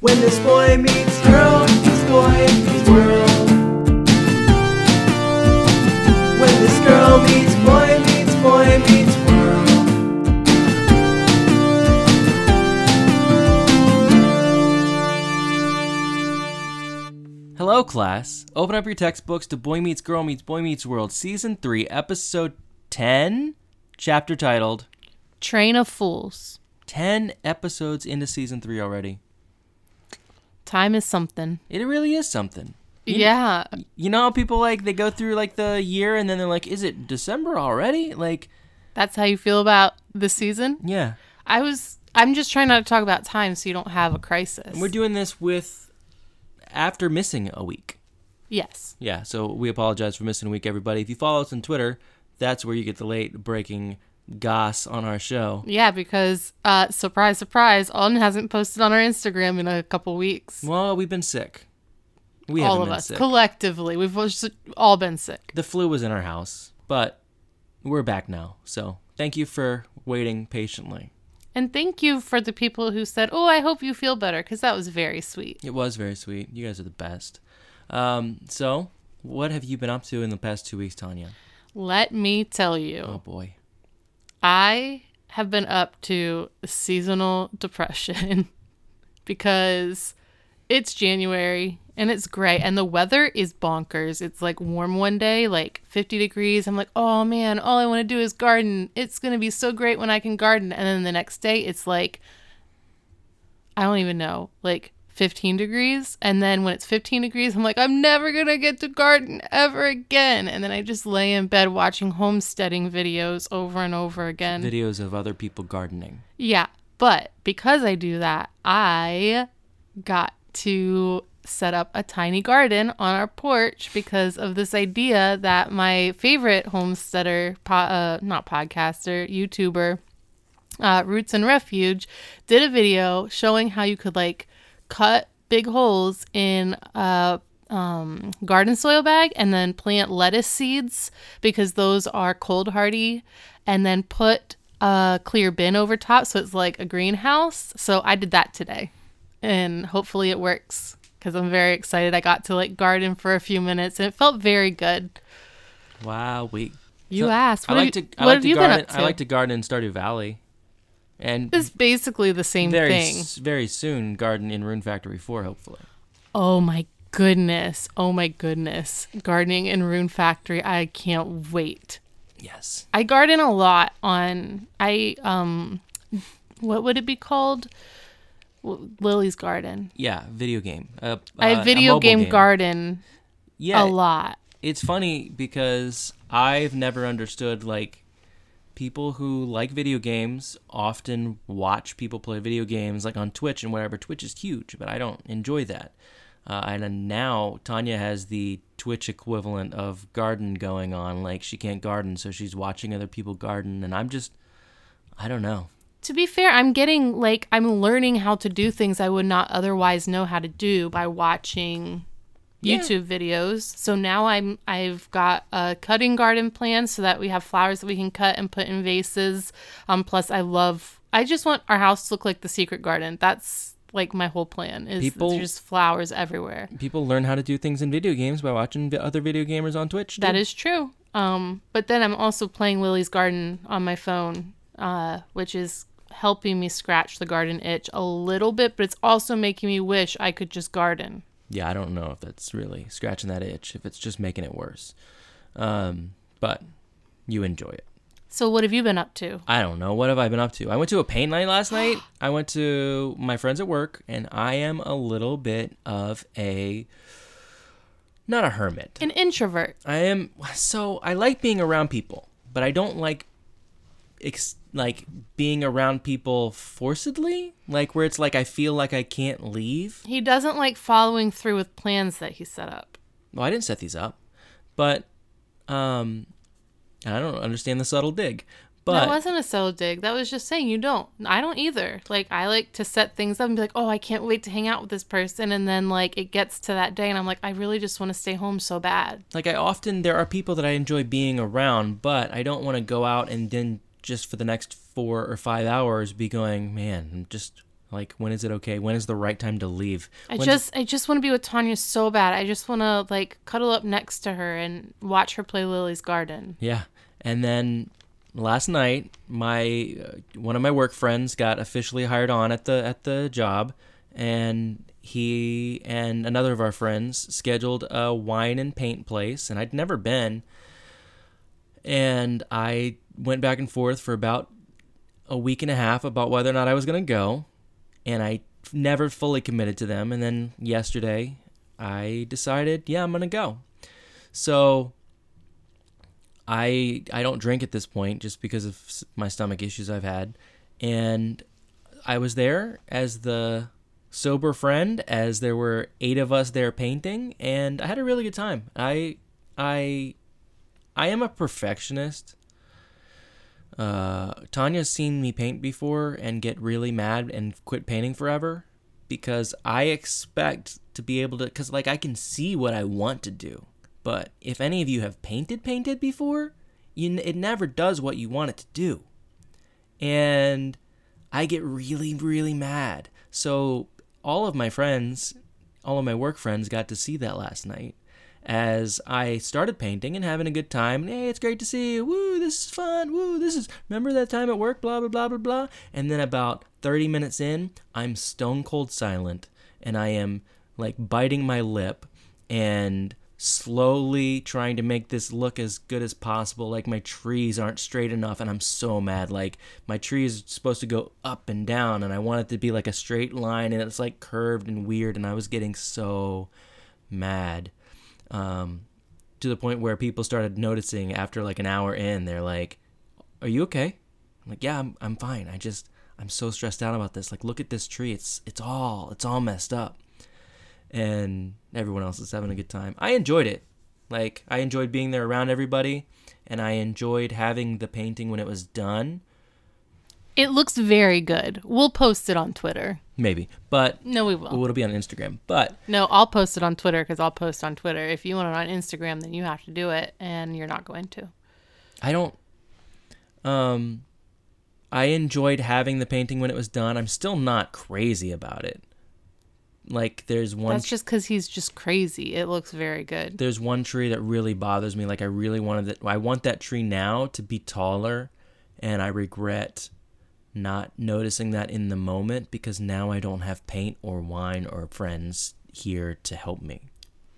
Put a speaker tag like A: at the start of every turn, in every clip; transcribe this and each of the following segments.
A: When this boy meets girl, this boy meets world. When this girl meets boy meets boy meets world.
B: Hello, class. Open up your textbooks to Boy Meets Girl Meets Boy Meets World, Season 3, Episode 10, chapter titled
C: Train of Fools.
B: 10 episodes into Season 3 already.
C: Time is something.
B: It really is something.
C: yeah.
B: You know how people like they go through like the year and then they're like, is it December already? Like,
C: That's how you feel about this season?
B: yeah.
C: I was I'm just trying not to talk about time so you don't have a crisis.
B: We're doing this with after missing a week.
C: yes.
B: Yeah, so we apologize for missing a week, everybody. If you follow us on Twitter, that's where you get the late breaking goss on our show.
C: Yeah, because uh surprise surprise, Alden hasn't posted on our Instagram in a couple weeks.
B: Well, we've been sick. We
C: all
B: haven't
C: of
B: been
C: us
B: sick.
C: collectively. We've just all been sick.
B: the flu was in our house, but we're back now. So thank you for waiting patiently.
C: And thank you for the people who said, "Oh, I hope you feel better," cuz that was very sweet.
B: It was very sweet. You guys are the best. Um, so, what have you been up to in the past two weeks, Tanya?
C: Let me tell you.
B: Oh boy.
C: I have been up to seasonal depression because it's January and it's gray and the weather is bonkers. It's like warm one day, like 50 degrees. I'm like, oh man, all I want to do is garden. It's going to be so great when I can garden. And then the next day, it's like, I don't even know, like 15 degrees. And then when it's 15 degrees, I'm like, I'm never going to get to garden ever again. And then I just lay in bed watching homesteading videos over and over again.
B: Mm. Videos of other people gardening.
C: Yeah, but because I do that, I got to set up a tiny garden on our porch because of this idea that my favorite homesteader, po- uh, not podcaster, YouTuber, uh, Roots and Refuge, did a video showing how you could like cut big holes in a um, garden soil bag and then plant lettuce seeds because those are cold hardy, and then put a clear bin over top so it's like a greenhouse. So I did that today, and hopefully it works because I'm very excited. I got to like garden for a few minutes and it felt very good.
B: Wow, we.
C: You asked.
B: I
C: What
B: like
C: have
B: to.
C: you-
B: I
C: what
B: like
C: have
B: to
C: you been
B: garden.
C: up
B: I
C: to?
B: like to garden in Stardew Valley, and
C: It's basically the same
B: very
C: thing.
B: s- very soon garden in Rune Factory Four, hopefully.
C: Oh my goodness. Oh my goodness. Gardening in Rune Factory. I can't wait.
B: Yes.
C: I garden a lot on I um what would it be called? W- Lily's garden.
B: Yeah, video game. Uh,
C: I
B: uh, a
C: video
B: mobile
C: game, garden
B: Yeah,
C: a lot.
B: it's funny because I've never understood like people who like video games often watch people play video games like on Twitch and whatever. Twitch is huge, but I don't enjoy that. Uh, and then now Tanya has the Twitch equivalent of garden going on. Like she can't garden, so she's watching other people garden, and I'm just, I don't know.
C: To be fair, I'm getting like I'm learning how to do things I would not otherwise know how to do by watching
B: Yeah.
C: YouTube videos. So now I'm I've got a cutting garden plan so that we have flowers that we can cut and put in vases. Um plus I love I just want our house to look like the secret garden. That's like my whole plan is
B: People-
C: there's just flowers everywhere.
B: People learn how to do things in video games by watching vi- other video gamers on Twitch.
C: That is true. Um but then I'm also playing Lily's Garden on my phone uh which is helping me scratch the garden itch a little bit, but it's also making me wish I could just garden.
B: yeah, I don't know if that's really scratching that itch, if it's just making it worse. Um, but you enjoy it.
C: So what have you been up to?
B: I don't know. What have I been up to? I went to a paint night last night. I went to my friends at work, and I am a little bit of a not a hermit.
C: An introvert.
B: I am so I like being around people, but I don't like ex, like being around people forcedly, like where it's like I feel like I can't leave.
C: He doesn't like following through with plans that he set up.
B: Well, I didn't set these up, but um, I don't understand the subtle dig. But
C: that wasn't a subtle dig. That was just saying you don't. I don't either. Like I like to set things up and be like, oh, I can't wait to hang out with this person, and then like it gets to that day, and I'm like, I really just want to stay home so bad.
B: like I often there are people that I enjoy being around, but I don't want to go out and then just for the next four or five hours be going, man, I'm just Like, when is it okay? When is the right time to leave?
C: I
B: When-
C: just I just want to be with Tanya so bad. I just want to like cuddle up next to her and watch her play Lily's Garden.
B: Yeah. And then last night, my uh, one of my work friends got officially hired on at the at the job, and he and another of our friends scheduled a wine and paint place, and I'd never been. And I went back and forth for about a week and a half about whether or not I was going to go, and I f- never fully committed to them. And then yesterday, I decided, yeah, I'm going to go. So I I don't drink at this point just because of s- my stomach issues I've had, and I was there as the sober friend as there were eight of us there painting, and I had a really good time. I I I am a perfectionist. Uh, Tanya's seen me paint before and get really mad and quit painting forever because I expect to be able to because like I can see what I want to do, but if any of you have painted painted before, you n- it never does what you want it to do, and I get really really mad. So all of my friends, all of my work friends, got to see that last night. As I started painting and having a good time, hey, it's great to see you. Woo, this is fun. Woo, this is. Remember that time at work? Blah blah blah blah blah. And then about 30 minutes in, I'm stone cold silent, and I am like biting my lip and slowly trying to make this look as good as possible like my trees aren't straight enough and i'm so mad like my tree is supposed to go up and down and i want it to be like a straight line and it's like curved and weird and i was getting so mad um, to the point where people started noticing after like an hour in they're like are you okay i'm like yeah i'm, I'm fine i just i'm so stressed out about this like look at this tree it's it's all it's all messed up and everyone else is having a good time. I enjoyed it. Like I enjoyed being there around everybody and I enjoyed having the painting when it was done.
C: It looks very good. We'll post it on Twitter.
B: Maybe. But
C: No, we will.
B: well, it'll be on Instagram. But
C: No, I'll post it on Twitter because I'll post on Twitter. If you want it on Instagram, then you have to do it, and you're not going to.
B: I don't um I enjoyed having the painting when it was done. I'm still not crazy about it. Like there's one
C: That's just because he's just crazy. It looks very good.
B: there's one tree that really bothers me. Like I really wanted that. I want that tree now to be taller, and I regret not noticing that in the moment because now I don't have paint or wine or friends here to help me.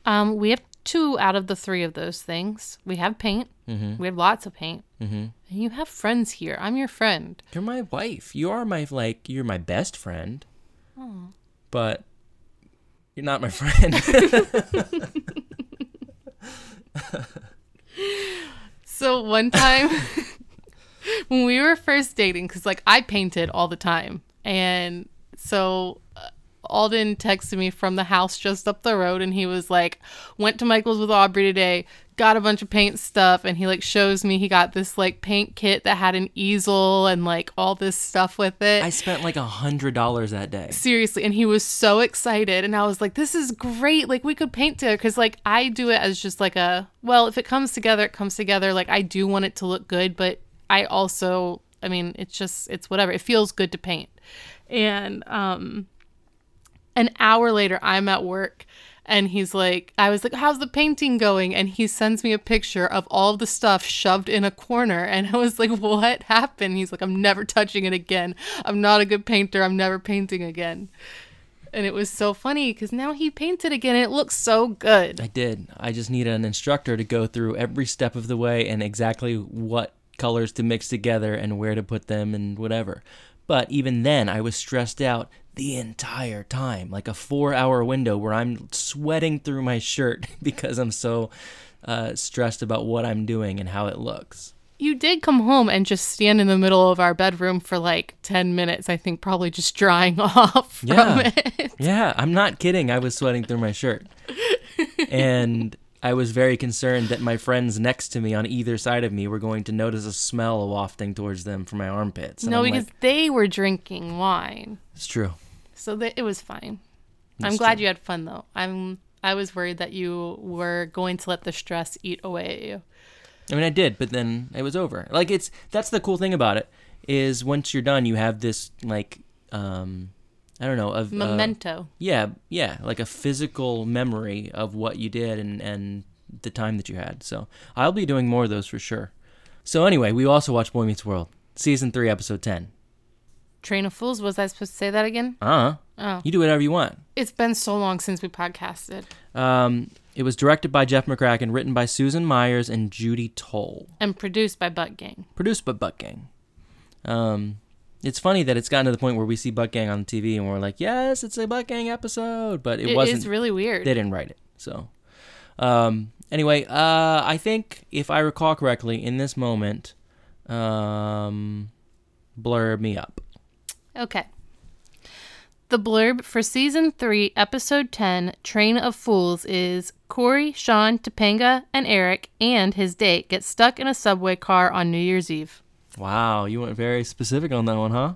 C: Um, we have two out of the three of those things. We have paint. We have lots of paint. Mm-hmm. And you have friends here. I'm your friend.
B: You're my wife. You are my like. You're my best friend. But you're not my friend.
C: So one time when we were first dating, because like I painted all the time, and so uh, Alden texted me from the house just up the road, and he was like, "Went to Michael's with Aubrey today, got a bunch of paint stuff," and he like shows me he got this like paint kit that had an easel and like all this stuff with it
B: I spent like a hundred dollars that day.
C: seriously and he was so excited and i was like this is great like we could paint together because like i do it as just like a well if it comes together it comes together like i do want it to look good but i also i mean it's just it's whatever it feels good to paint and um an hour later i'm at work and he's like i was like how's the painting going and he sends me a picture of all the stuff shoved in a corner and i was like what happened he's like i'm never touching it again i'm not a good painter i'm never painting again and it was so funny because now he painted again and it looks so good
B: I did. I just need an instructor to go through every step of the way and exactly what colors to mix together and where to put them and whatever. But even then, I was stressed out the entire time, like a four hour window where I'm sweating through my shirt because I'm so uh, stressed about what I'm doing and how it looks.
C: you did come home and just stand in the middle of our bedroom for like 10 minutes i think probably just drying off from
B: Yeah.
C: it
B: Yeah, I'm not kidding. I was sweating through my shirt. And I was very concerned that my friends next to me on either side of me were going to notice a smell wafting towards them from my armpits. And
C: no
B: I'm
C: because
B: like,
C: they were drinking wine
B: it's true.
C: So that it was fine. I'm
B: That's
C: glad
B: true.
C: you had fun though. I'm I was worried that you were going to let the stress eat away at
B: Uh,
C: you.
B: I mean, I did, but then it was over. Like it's that's the cool thing about it is once you're done, you have this like um I don't know of uh,
C: Memento.
B: yeah, yeah, like a physical memory of what you did and and the time that you had. So I'll be doing more of those for sure. So anyway, we also watched Boy Meets World, season three, episode ten.
C: Train of Fools. Was I supposed to say that again?
B: Uh huh.
C: Oh.
B: You do whatever you want.
C: It's been so long since we podcasted.
B: Um, it was directed by Jeff McCracken, written by Susan Myers and Judy Toll,
C: And produced by Butt Gang.
B: produced by Buck Gang. Um, it's funny that it's gotten to the point where we see Buck Gang on TV and we're like, yes, it's a Buck Gang episode, but it,
C: It
B: wasn't.
C: is really weird.
B: They didn't write it. So, um, anyway, uh, I think if I recall correctly, in this moment, um, blur me up.
C: Okay. The blurb for season three, episode 10, Train of Fools, is Corey, Sean, Topanga, and Eric and his date get stuck in a subway car on New Year's Eve.
B: Wow, you went very specific on that one, huh?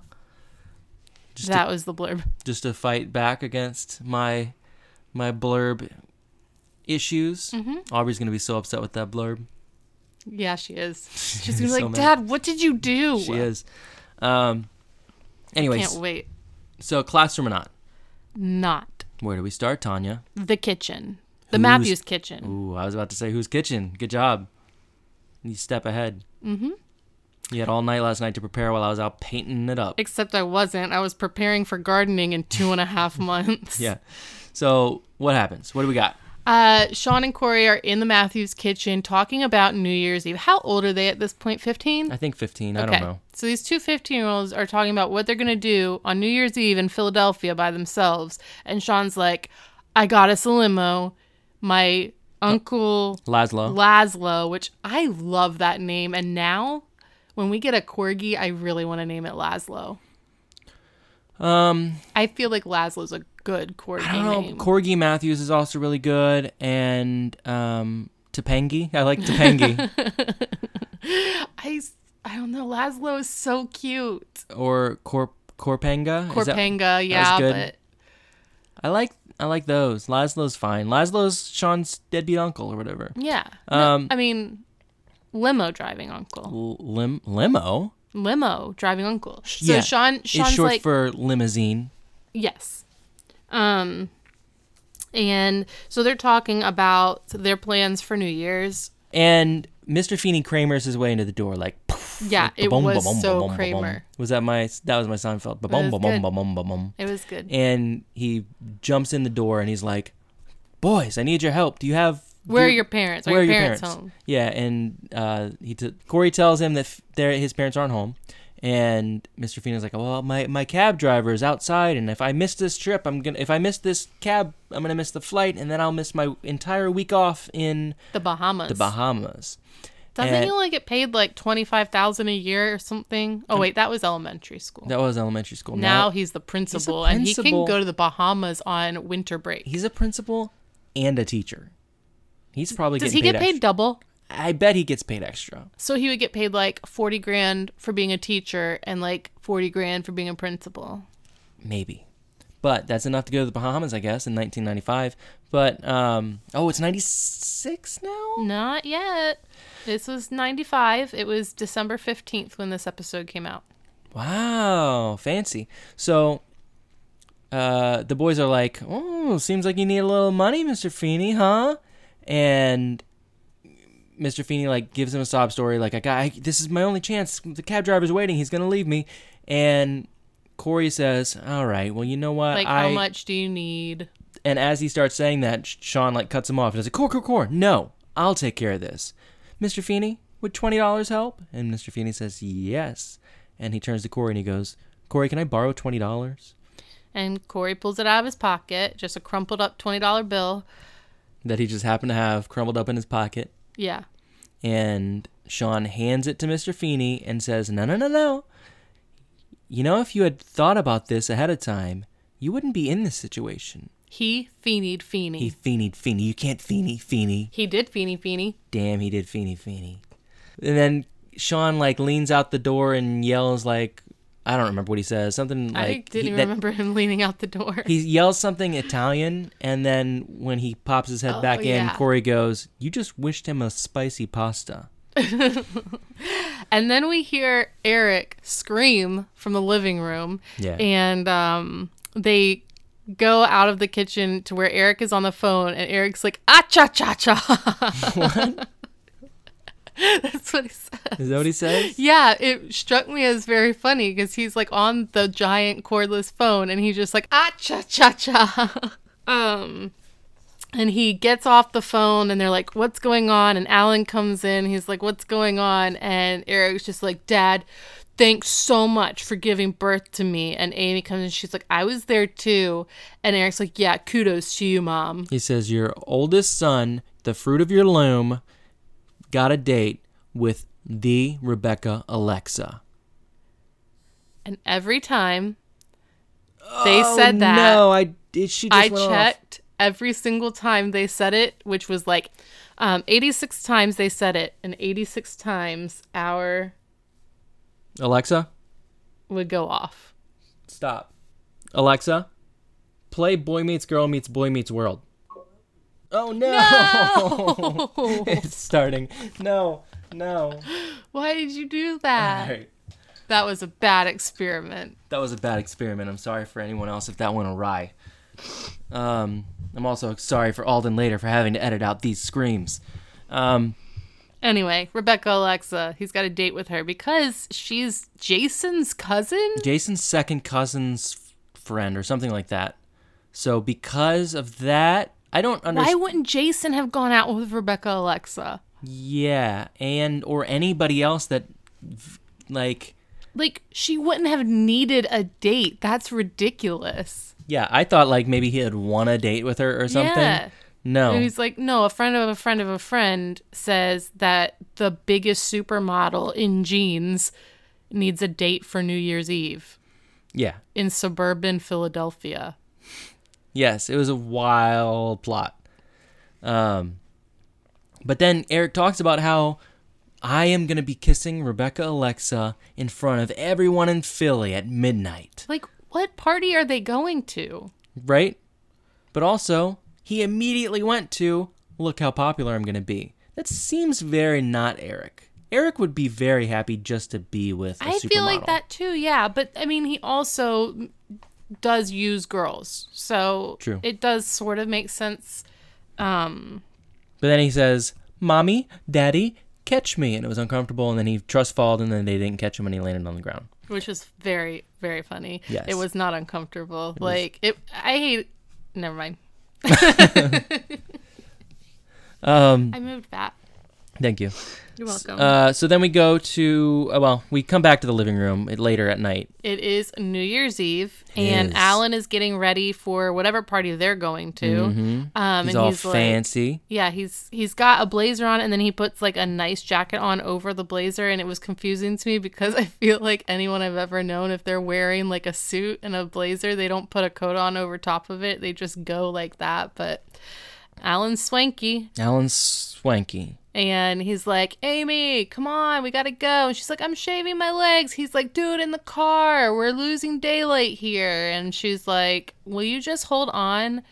B: Just
C: that was the blurb.
B: just to fight back against my my blurb issues.
C: Mm-hmm.
B: Aubrey's gonna be so upset with that blurb.
C: Yeah, she is. She's gonna be
B: So
C: like,
B: mad.
C: Dad, what did you do?
B: She is. Um. Anyways,
C: Can't wait.
B: so classroom or not?
C: Not
B: Where do we start, Tanya?
C: the kitchen. The
B: Who's-
C: Matthews kitchen.
B: Ooh, I was about to say whose kitchen. Good job. You step ahead. Mm-hmm. You had all night last night to prepare while I was out painting it up.
C: Except I wasn't. I was preparing for gardening in two and a half months.
B: yeah. So what happens? What do we got?
C: Uh, Sean and Corey are in the Matthews kitchen talking about New Year's Eve. How old are they at this point? 15?
B: I think fifteen. I
C: okay.
B: don't know.
C: So these two 15 year olds are talking about what they're going to do on New Year's Eve in Philadelphia by themselves. And Sean's like, I got us a limo. My
B: Oh.
C: uncle
B: Laszlo.
C: Laszlo, which I love that name. And now when we get a corgi, I really want to name it Laszlo.
B: um,
C: I feel like Laszlo's a good corgi
B: I don't know.
C: name.
B: Corgi Matthews is also really good, and um, Topangi. I like Topangi
C: I, s- I don't know. Laszlo is so cute.
B: or Cor Corpanga. Is that-
C: Corpanga, yeah,
B: good.
C: but
B: I like I like those. Laszlo's fine. Laszlo's Sean's deadbeat uncle or whatever.
C: yeah.
B: Um,
C: I mean, limo driving uncle,
B: L- lim limo.
C: limo driving uncle. So
B: yeah.
C: Sean, Sean's
B: it's short
C: like,
B: for limousine.
C: yes, um, and so they're talking about their plans for New Year's.
B: And Mr. Feeney Kramer's his way into the door, like. poof,
C: Yeah,
B: like,
C: it
B: ba-bum,
C: was
B: ba-bum,
C: so
B: ba-bum, ba-bum.
C: Kramer.
B: Was that my? That was my Seinfeld.
C: was
B: Ba-bum,
C: good.
B: ba-bum, ba-bum, ba-bum.
C: It was good.
B: And he jumps in the door and he's like, "Boys, I need your help. Do you have?
C: where are
B: do-
C: your parents? Are
B: where
C: your parents, home?
B: Yeah, and uh, he t- Corey tells him that f- their- his parents aren't home, and Mr. Feeney's like, "Well, my, my cab driver is outside, and if I miss this trip, I'm gonna if I miss this cab, I'm gonna miss the flight, and then I'll miss my entire week off in
C: The Bahamas.
B: the Bahamas."
C: Doesn't
B: and-
C: he only get paid like twenty five thousand a year or something? Oh wait, that was elementary school.
B: That was elementary school.
C: now
B: Now,
C: he's the principal, and he can
B: principal.
C: go to the Bahamas on winter break.
B: he's a principal and a teacher. He's probably
C: Does he
B: getting
C: get
B: paid
C: paid double?
B: extra. I bet he gets paid extra.
C: So he would get paid like 40 grand for being a teacher and like 40 grand for being a principal.
B: maybe. But that's enough to go to the Bahamas, I guess, in 1995. But um, oh, it's 96 now.
C: Not yet. This was 95. It was December 15th when this episode came out.
B: Wow, fancy. So uh, the boys are like, "Oh, seems like you need a little money, Mister Feeney, huh?" And Mr. Feeney like gives him a sob story, like, "I got I, this is my only chance. The cab driver's waiting. He's gonna leave me." And Corey says, "All right, well, you know what?
C: Like,
B: Uh, I
C: how much do you need?
B: And as he starts saying that, Sh- Sean like cuts him off and is like, "Core, core, core! No, I'll take care of this." Mr. Feeney, would twenty dollars help? And Mr. Feeney says, "Yes." And he turns to Corey and he goes, "Corey, can I borrow twenty dollars
C: And Corey pulls it out of his pocket, just a crumpled up $20 bill.
B: that he just happened to have crumbled up in his pocket?"
C: Yeah.
B: And Sean hands it to Mr. Feeney and says, "No, no, no, no. You know, if you had thought about this ahead of time, you wouldn't be in this situation."
C: He feeneyed Feeney.
B: He
C: He,
B: Feeneyed Feeney. You can't Feeney Feeney.
C: did Feeney Feeney.
B: damn he did feeny feeny and then sean like leans out the door and yells like i don't remember what he says something like
C: I didn't
B: he,
C: even
B: that-
C: remember him leaning out the door.
B: he yells something italian and then when he pops his head
C: Oh,
B: back in
C: yeah.
B: corey goes you just wished him a spicy pasta
C: And then we hear Eric scream from the living room.
B: Yeah.
C: And um, they go out of the kitchen to where Eric is on the phone, and Eric's like, ah, cha, cha, cha.
B: What?
C: That's what he said.
B: Is that what he says?
C: Yeah, it struck me as very funny because he's like on the giant cordless phone and he's just like, ah, cha, cha, cha. um, and he gets off the phone and they're like, what's going on? And Alan comes in. He's like, what's going on? And Eric's just like, Dad, thanks so much for giving birth to me. And Amy comes in. She's like, I was there too. And Eric's like, yeah, kudos to you, Mom.
B: He says, Your oldest son, the fruit of your loom, got a date with the Rebecca Alexa.
C: And every time they said that.
B: Oh, No, I it, she just
C: I
B: went off.
C: checked every single time they said it, which was like um, 86 times they said it, and 86 times our
B: Alexa,
C: would go off.
B: stop. Alexa, play Boy Meets Girl Meets Boy Meets World. Oh no! it's starting. No, no.
C: Why did you do
B: All
C: that?
B: right.
C: That was a bad experiment.
B: That was a bad experiment. I'm sorry for anyone else if that went awry. Um, I'm also sorry for Alden later for having to edit out these screams. Um,
C: Anyway, Rebecca Alexa, he's got a date with her because she's Jason's cousin.
B: Jason's second cousin's f- friend or something like that. So because of that, I don't
C: Why
B: understand.
C: wouldn't Jason have gone out with Rebecca Alexa?
B: Yeah, and or anybody else that v- like
C: Like, she wouldn't have needed a date. That's ridiculous.
B: yeah, I thought like maybe he had won a date with her or something.
C: Yeah.
B: No.
C: And he's like, no, a friend of a friend of a friend says that the biggest supermodel in jeans needs a date for New Year's Eve
B: yeah.
C: in suburban Philadelphia.
B: Yes, it was a wild plot. Um, but then Eric talks about how I am going to be kissing Rebecca Alexa in front of everyone in Philly at midnight,
C: Like, what party are they going to?
B: right? But also, he immediately went to look how popular I'm going to be. That seems very not Eric. Eric would be very happy just to be with. I
C: I feel like that too, yeah. But I mean, he also does use girls. So
B: True.
C: it does sort of make sense.
B: But then he says, "Mommy, Daddy, catch me," and it was uncomfortable. And then he trust falled, and then they didn't catch him, and he landed on the ground.
C: which was very very funny.
B: Yes.
C: It was not uncomfortable. like it I hate never mind. um I moved back.
B: Thank you.
C: You're welcome.
B: Uh, so then we go to uh, well, we come back to the living room at- later at night.
C: it is New Year's Eve and
B: is.
C: Alan is getting ready for whatever party they're going to. Um
B: Mm-hmm. He's
C: and
B: all
C: he's like
B: fancy.
C: yeah, he's he's got a blazer on and then he puts like a nice jacket on over the blazer and it was confusing to me because I feel like anyone I've ever known if they're wearing like a suit and a blazer, they don't put a coat on over top of it. They just go like that, but Alan's swanky
B: Alan's swanky.
C: and he's like, "Amy, come on, we got to go." And she's like, "I'm shaving my legs." He's like, "Dude, in the car. We're losing daylight here." And she's like, "Will you just hold on?"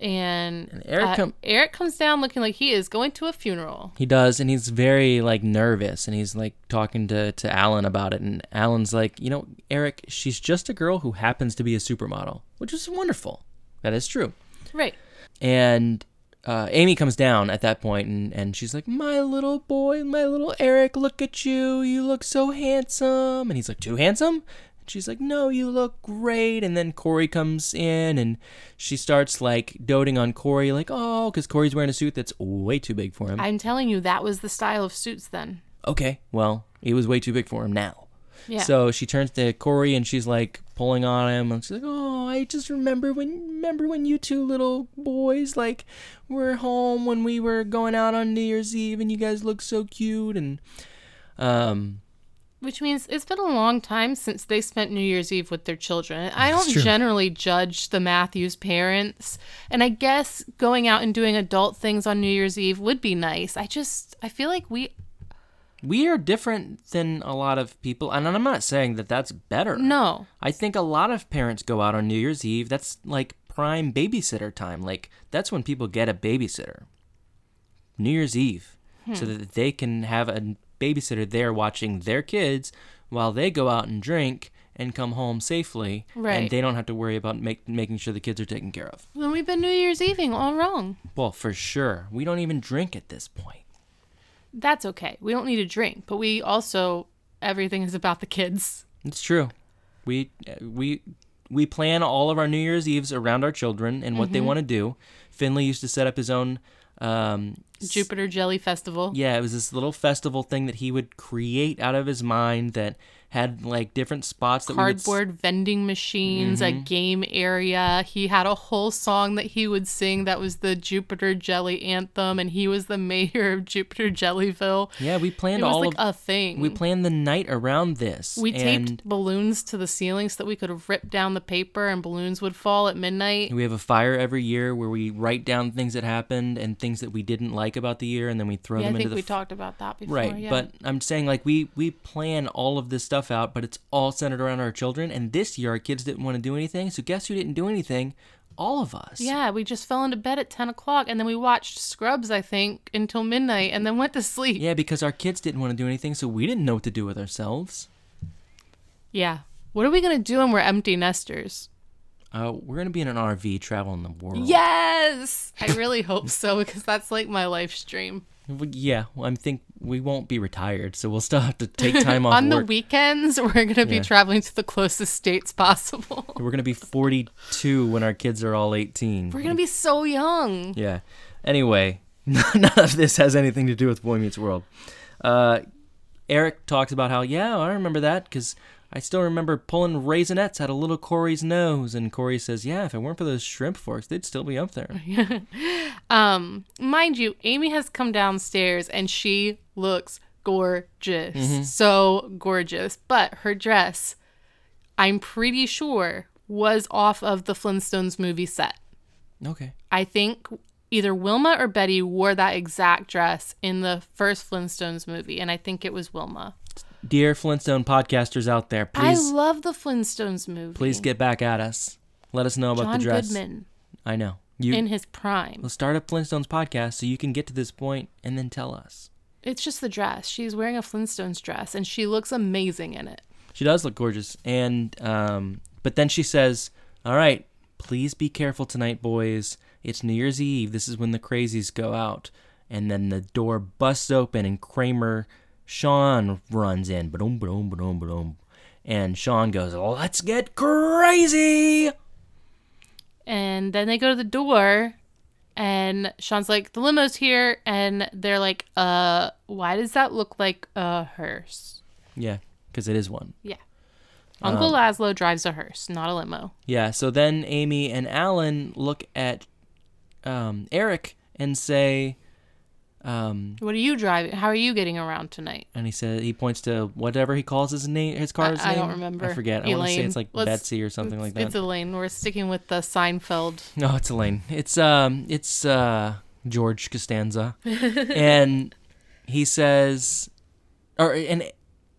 C: And, uh,
B: Eric come-
C: Eric comes down looking like he is going to a funeral.
B: He does, and he's very like nervous, and he's like talking to to Alan about it, and Alan's like, you know, Eric, she's just a girl who happens to be a supermodel, which is wonderful. That is true.
C: Right.
B: and uh, Amy comes down at that point, and, and she's like, "My little boy, my little Eric, look at you! You look so handsome." And he's like, "Too handsome?" And she's like, "No, you look great." And then Corey comes in, and she starts like doting on Corey, like, "Oh," because Corey's wearing a suit that's way too big for him.
C: I'm telling you, that was the style of suits then.
B: okay, well, it was way too big for him now.
C: Yeah.
B: So she turns to Corey and she's like pulling on him and she's like, "Oh, I just remember when remember when you two little boys like were home when we were going out on New Year's Eve and you guys looked so cute and um
C: Which means it's been a long time since they spent New Year's Eve with their children. I don't
B: true.
C: generally judge the Matthews parents. And I guess going out and doing adult things on New Year's Eve would be nice. I just, I feel like we,
B: we are different than a lot of people and I'm not saying that that's better.
C: no.
B: I think a lot of parents go out on New Year's Eve. That's like prime babysitter time. Like that's when people get a babysitter. New Year's Eve, so that they can have a babysitter there watching their kids while they go out and drink and come home safely,
C: Right.
B: and they don't have to worry about make, making sure the kids are taken care of.
C: Then we've been New Year's Eving all wrong.
B: Well, for sure. We don't even drink at this point.
C: That's okay. We don't need a drink, but we also everything is about the kids.
B: It's true. We we we plan all of our New Year's Eves around our children and what they
C: Mm-hmm.
B: want to do. Finley used to set up his own. Um, s-
C: Jupiter Jelly Festival.
B: yeah, it was this little festival thing that he would create out of his mind that had like different spots that we would s-
C: Cardboard vending machines,
B: Mm-hmm.
C: a game area. He had a whole song that he would sing that was the Jupiter Jelly anthem, and he was the mayor of Jupiter Jellyville.
B: yeah, we
C: It
B: planned
C: was
B: all
C: like
B: of.
C: a thing.
B: we planned the night around this.
C: We
B: and
C: taped balloons to the ceiling so that we could rip down the paper and balloons would fall at midnight.
B: We have a fire every year where we write down things that happened and things that we didn't like about the year, and then we throw
C: Yeah, I
B: them
C: think
B: into the
C: we
B: f-
C: talked about that before.
B: right.
C: yeah.
B: But I'm saying like we we plan all of this stuff out, but it's all centered around our children. And this year, our kids didn't want to do anything, so guess who didn't do anything? All of us.
C: Yeah, we just fell into bed at 10 o'clock and then we watched Scrubs, I think, until midnight and then went to sleep. Yeah.
B: Yeah, because our kids didn't want to do anything, so we didn't know what to do with ourselves.
C: What are we going to do when we're empty nesters?
B: Uh, we're gonna be in an RV traveling the world.
C: Yes! I really hope so because that's like my life's dream.
B: Well, yeah. Well, I think we won't be retired, so we'll still have to take time off
C: On the
B: work.
C: weekends, we're going to be
B: Yeah.
C: traveling to the closest states possible.
B: We're gonna be 42 when our kids are all 18.
C: We're going to be so young.
B: Yeah. Anyway, none of this has anything to do with Boy Meets World. Uh, Eric talks about how, yeah, I remember that because I still remember pulling raisinettes out of little Corey's nose. And Corey says, yeah, if it weren't for those shrimp forks, they'd still be up there.
C: Um, mind you, Amy has come downstairs and she looks gorgeous. So gorgeous. But her dress, I'm pretty sure, was off of the Flintstones movie set.
B: Okay.
C: I think either Wilma or Betty wore that exact dress in the first Flintstones movie, and I think it was Wilma.
B: Dear Flintstone podcasters out there,
C: I
B: please,
C: love the Flintstones movie.
B: please get back at us. Let us know about
C: John
B: the dress.
C: Goodman
B: I know. You
C: in his prime.
B: will start a Flintstones podcast so you can get to this point and then tell us.
C: It's just the dress. She's wearing a Flintstones dress, and she looks amazing in it.
B: She does look gorgeous, and um, but then she says, "All right, please be careful tonight, boys. It's New Year's Eve. This is when the crazies go out." And then the door busts open, and Kramer, Sean runs in, boom, boom, boom, boom, and Sean goes, "Let's get crazy!"
C: And then they go to the door, and Sean's like, "The limo's here," and they're like, "Uh, why does that look like a hearse?"
B: Yeah, because it is one.
C: Yeah.
B: Um,
C: Uncle Laszlo drives a hearse, not a limo.
B: Yeah. So then Amy and Alan look at um, Eric and say, um,
C: What are you driving? How are you getting around tonight?
B: and he says he points to whatever he calls his name, his car's
C: I
B: name.
C: don't remember.
B: I forget. I want to say
C: Elaine.
B: it's like
C: Let's-
B: Betsy or something like that.
C: It's Elaine. We're sticking with the Seinfeld.
B: no, it's Elaine. It's um, it's uh, George Costanza, and he says, or and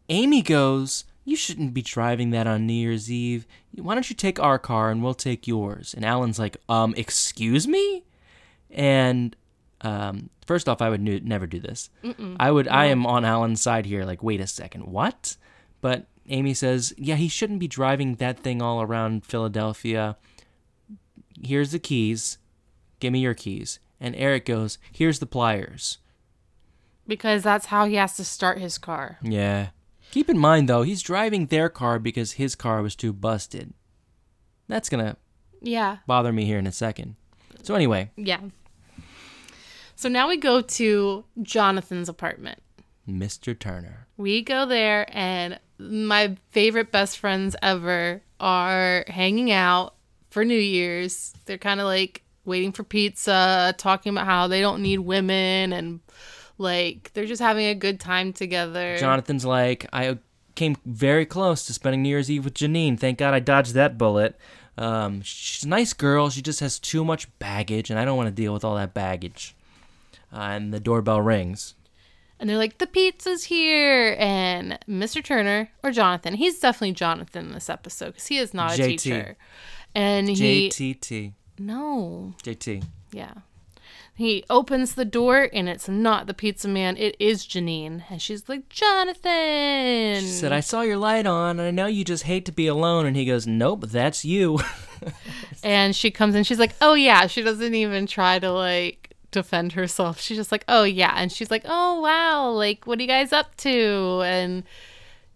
B: Amy goes, "You shouldn't be driving that on New Year's Eve. Why don't you take our car and we'll take yours?" And Alan's like, "Um, excuse me," and. Um, first off, I would nu- never do this. I would. I am on Alan's side here. Like, wait a second, what? But Amy says, yeah, he shouldn't be driving that thing all around Philadelphia. Here's the keys. Give me your keys. And Eric goes, here's the pliers.
C: Because that's how he has to start his car.
B: Yeah. Keep in mind though, he's driving their car because his car was too busted. That's gonna
C: Yeah.
B: bother me here in a second. So anyway,
C: Yeah. So now we go to Jonathan's apartment.
B: Mr. Turner.
C: We go there, and my favorite best friends ever are hanging out for New Year's. They're kind of like waiting for pizza, talking about how they don't need women, and like they're just having a good time together.
B: Jonathan's like, I came very close to spending New Year's Eve with Janine. Thank God I dodged that bullet. Um, she's a nice girl. She just has too much baggage, and I don't want to deal with all that baggage. Uh, and the doorbell rings.
C: And they're like, the pizza's here. And Mr. Turner or Jonathan, he's definitely Jonathan in this episode because he is not a
B: JT.
C: teacher. And he,
B: JTT.
C: no,
B: JT.
C: yeah. He opens the door and it's not the pizza man, it is Janine. And she's like, Jonathan.
B: She said, I saw your light on, and I know you just hate to be alone. And he goes, Nope, that's you.
C: and she comes in, she's like, Oh yeah. She doesn't even try to like defend herself. She's just like, Oh yeah. And she's like, Oh wow, like what are you guys up to? And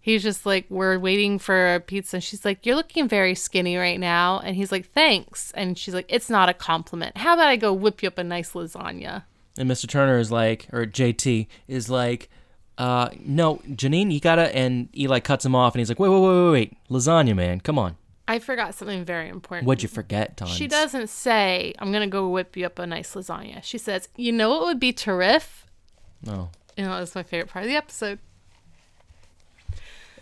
C: he's just like, We're waiting for a pizza. And she's like, You're looking very skinny right now. And he's like, Thanks. And she's like, It's not a compliment. How about I go whip you up a nice lasagna?
B: and Mr. Turner is like, or JT is like, uh, No, Janine, you gotta. And Eli cuts him off, and he's like, Wait, wait, wait, wait, wait. Lasagna, man, come on.
C: I forgot something very important.
B: What'd you forget, Tons?
C: She doesn't say, I'm going to go whip you up a nice lasagna. She says, You know what would be terrific?
B: No.
C: You know, that's my favorite part of the episode.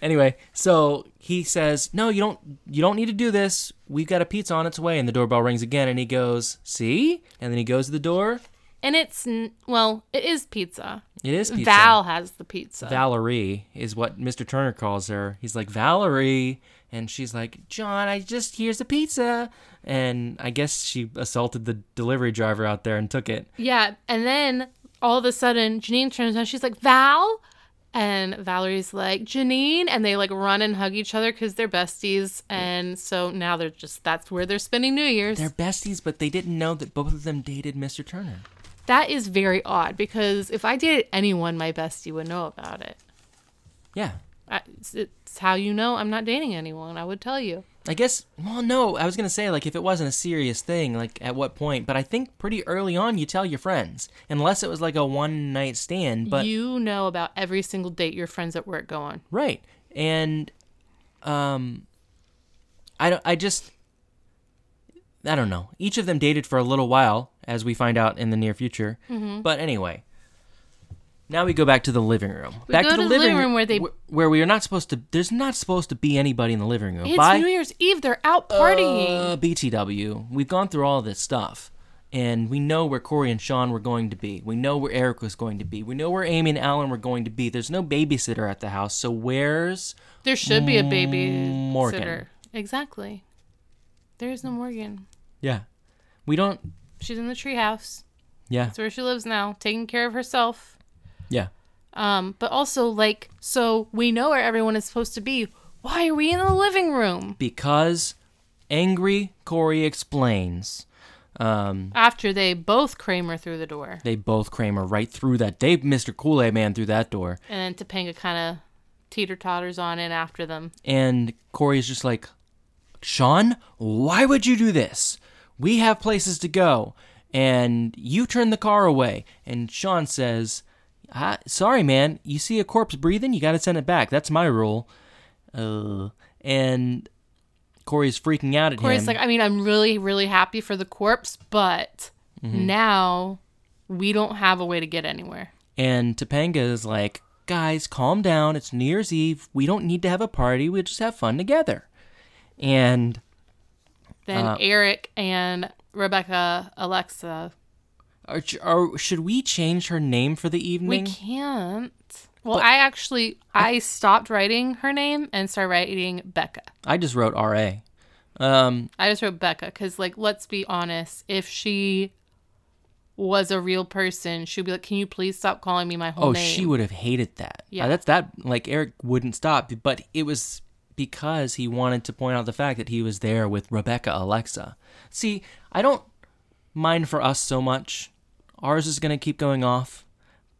B: Anyway, so he says, "No, you don't. You don't need to do this. We've got a pizza on its way." And the doorbell rings again, and he goes, "See?" And then he goes to the door.
C: And it's, n- well, it is pizza.
B: It is pizza.
C: Val has the pizza.
B: Valerie is what Mr. Turner calls her. He's like Valerie, and she's like John. I just here's a pizza, and I guess she assaulted the delivery driver out there and took it.
C: yeah. And then all of a sudden, Janine turns around. She's like, Val? And Valerie's like, Janine. And they like run and hug each other because they're besties. And so now they're just, that's where they're spending New Year's.
B: They're besties, but they didn't know that both of them dated Mr. Turner.
C: that is very odd because if I dated anyone, my bestie would know about it.
B: Yeah,
C: I, it's- it's how you know I'm not dating anyone. I would tell you.
B: I guess. Well, no, I was gonna say like if it wasn't a serious thing, like at what point? But I think pretty early on you tell your friends, unless it was like a one night stand. But
C: you know about every single date your friends at work go on.
B: right, and um, I don't. I just. I don't know. Each of them dated for a little while, as we find out in the near future.
C: Mm-hmm.
B: But anyway, now we go back to the living room.
C: We
B: back
C: go to the living room where they-
B: wh- where we are not supposed to. There's not supposed to be anybody in the living room.
C: It's
B: By-
C: New Year's Eve. They're out partying.
B: Uh, BTW. We've gone through all this stuff, and we know where Corey and Sean were going to be. We know where Eric was going to be. We know where Amy and Alan were going to be. There's no babysitter at the house, so where's
C: there should be a baby
B: Morgan.
C: sitter. Exactly. There is no Morgan.
B: yeah? We don't.
C: She's in the treehouse.
B: Yeah,
C: That's where she lives now, taking care of herself.
B: yeah.
C: Um, but also like, so we know where everyone is supposed to be. Why are we in the living room
B: Because angry Corey explains. Um,
C: after they both Kramer through the door?
B: they both Kramer right through that. They Mr. Kool Aid Man through that door.
C: And then Topanga kind of teeter totters on in after them.
B: and Corey's just like, Sean, why would you do this? We have places to go, and you turn the car away. And Sean says, I, "Sorry, man. You see a corpse breathing, you got to send it back. That's my rule." Uh, and Corey's freaking out at
C: Corey's
B: him.
C: like, I mean, I'm really, really happy for the corpse, but
B: Mm-hmm.
C: now we don't have a way to get anywhere.
B: And Topanga is like, guys, calm down. It's New Year's Eve. We don't need to have a party. We just have fun together. And
C: Then
B: Uh,
C: Eric and Rebecca, Alexa,
B: are, are, should we change her name for the evening?
C: we can't. Well, I actually I stopped writing her name and started writing Becca.
B: I just wrote RA. Um,
C: I just wrote Becca because, like, let's be honest, if she was a real person, she'd be like, "Can you please stop calling me my whole
B: oh,
C: name?"
B: she would have hated that.
C: Yeah.
B: Yeah, that's that. Like Eric wouldn't stop, but it was because he wanted to point out the fact that he was there with Rebecca Alexa. See, I don't mind for us so much. Ours is gonna keep going off,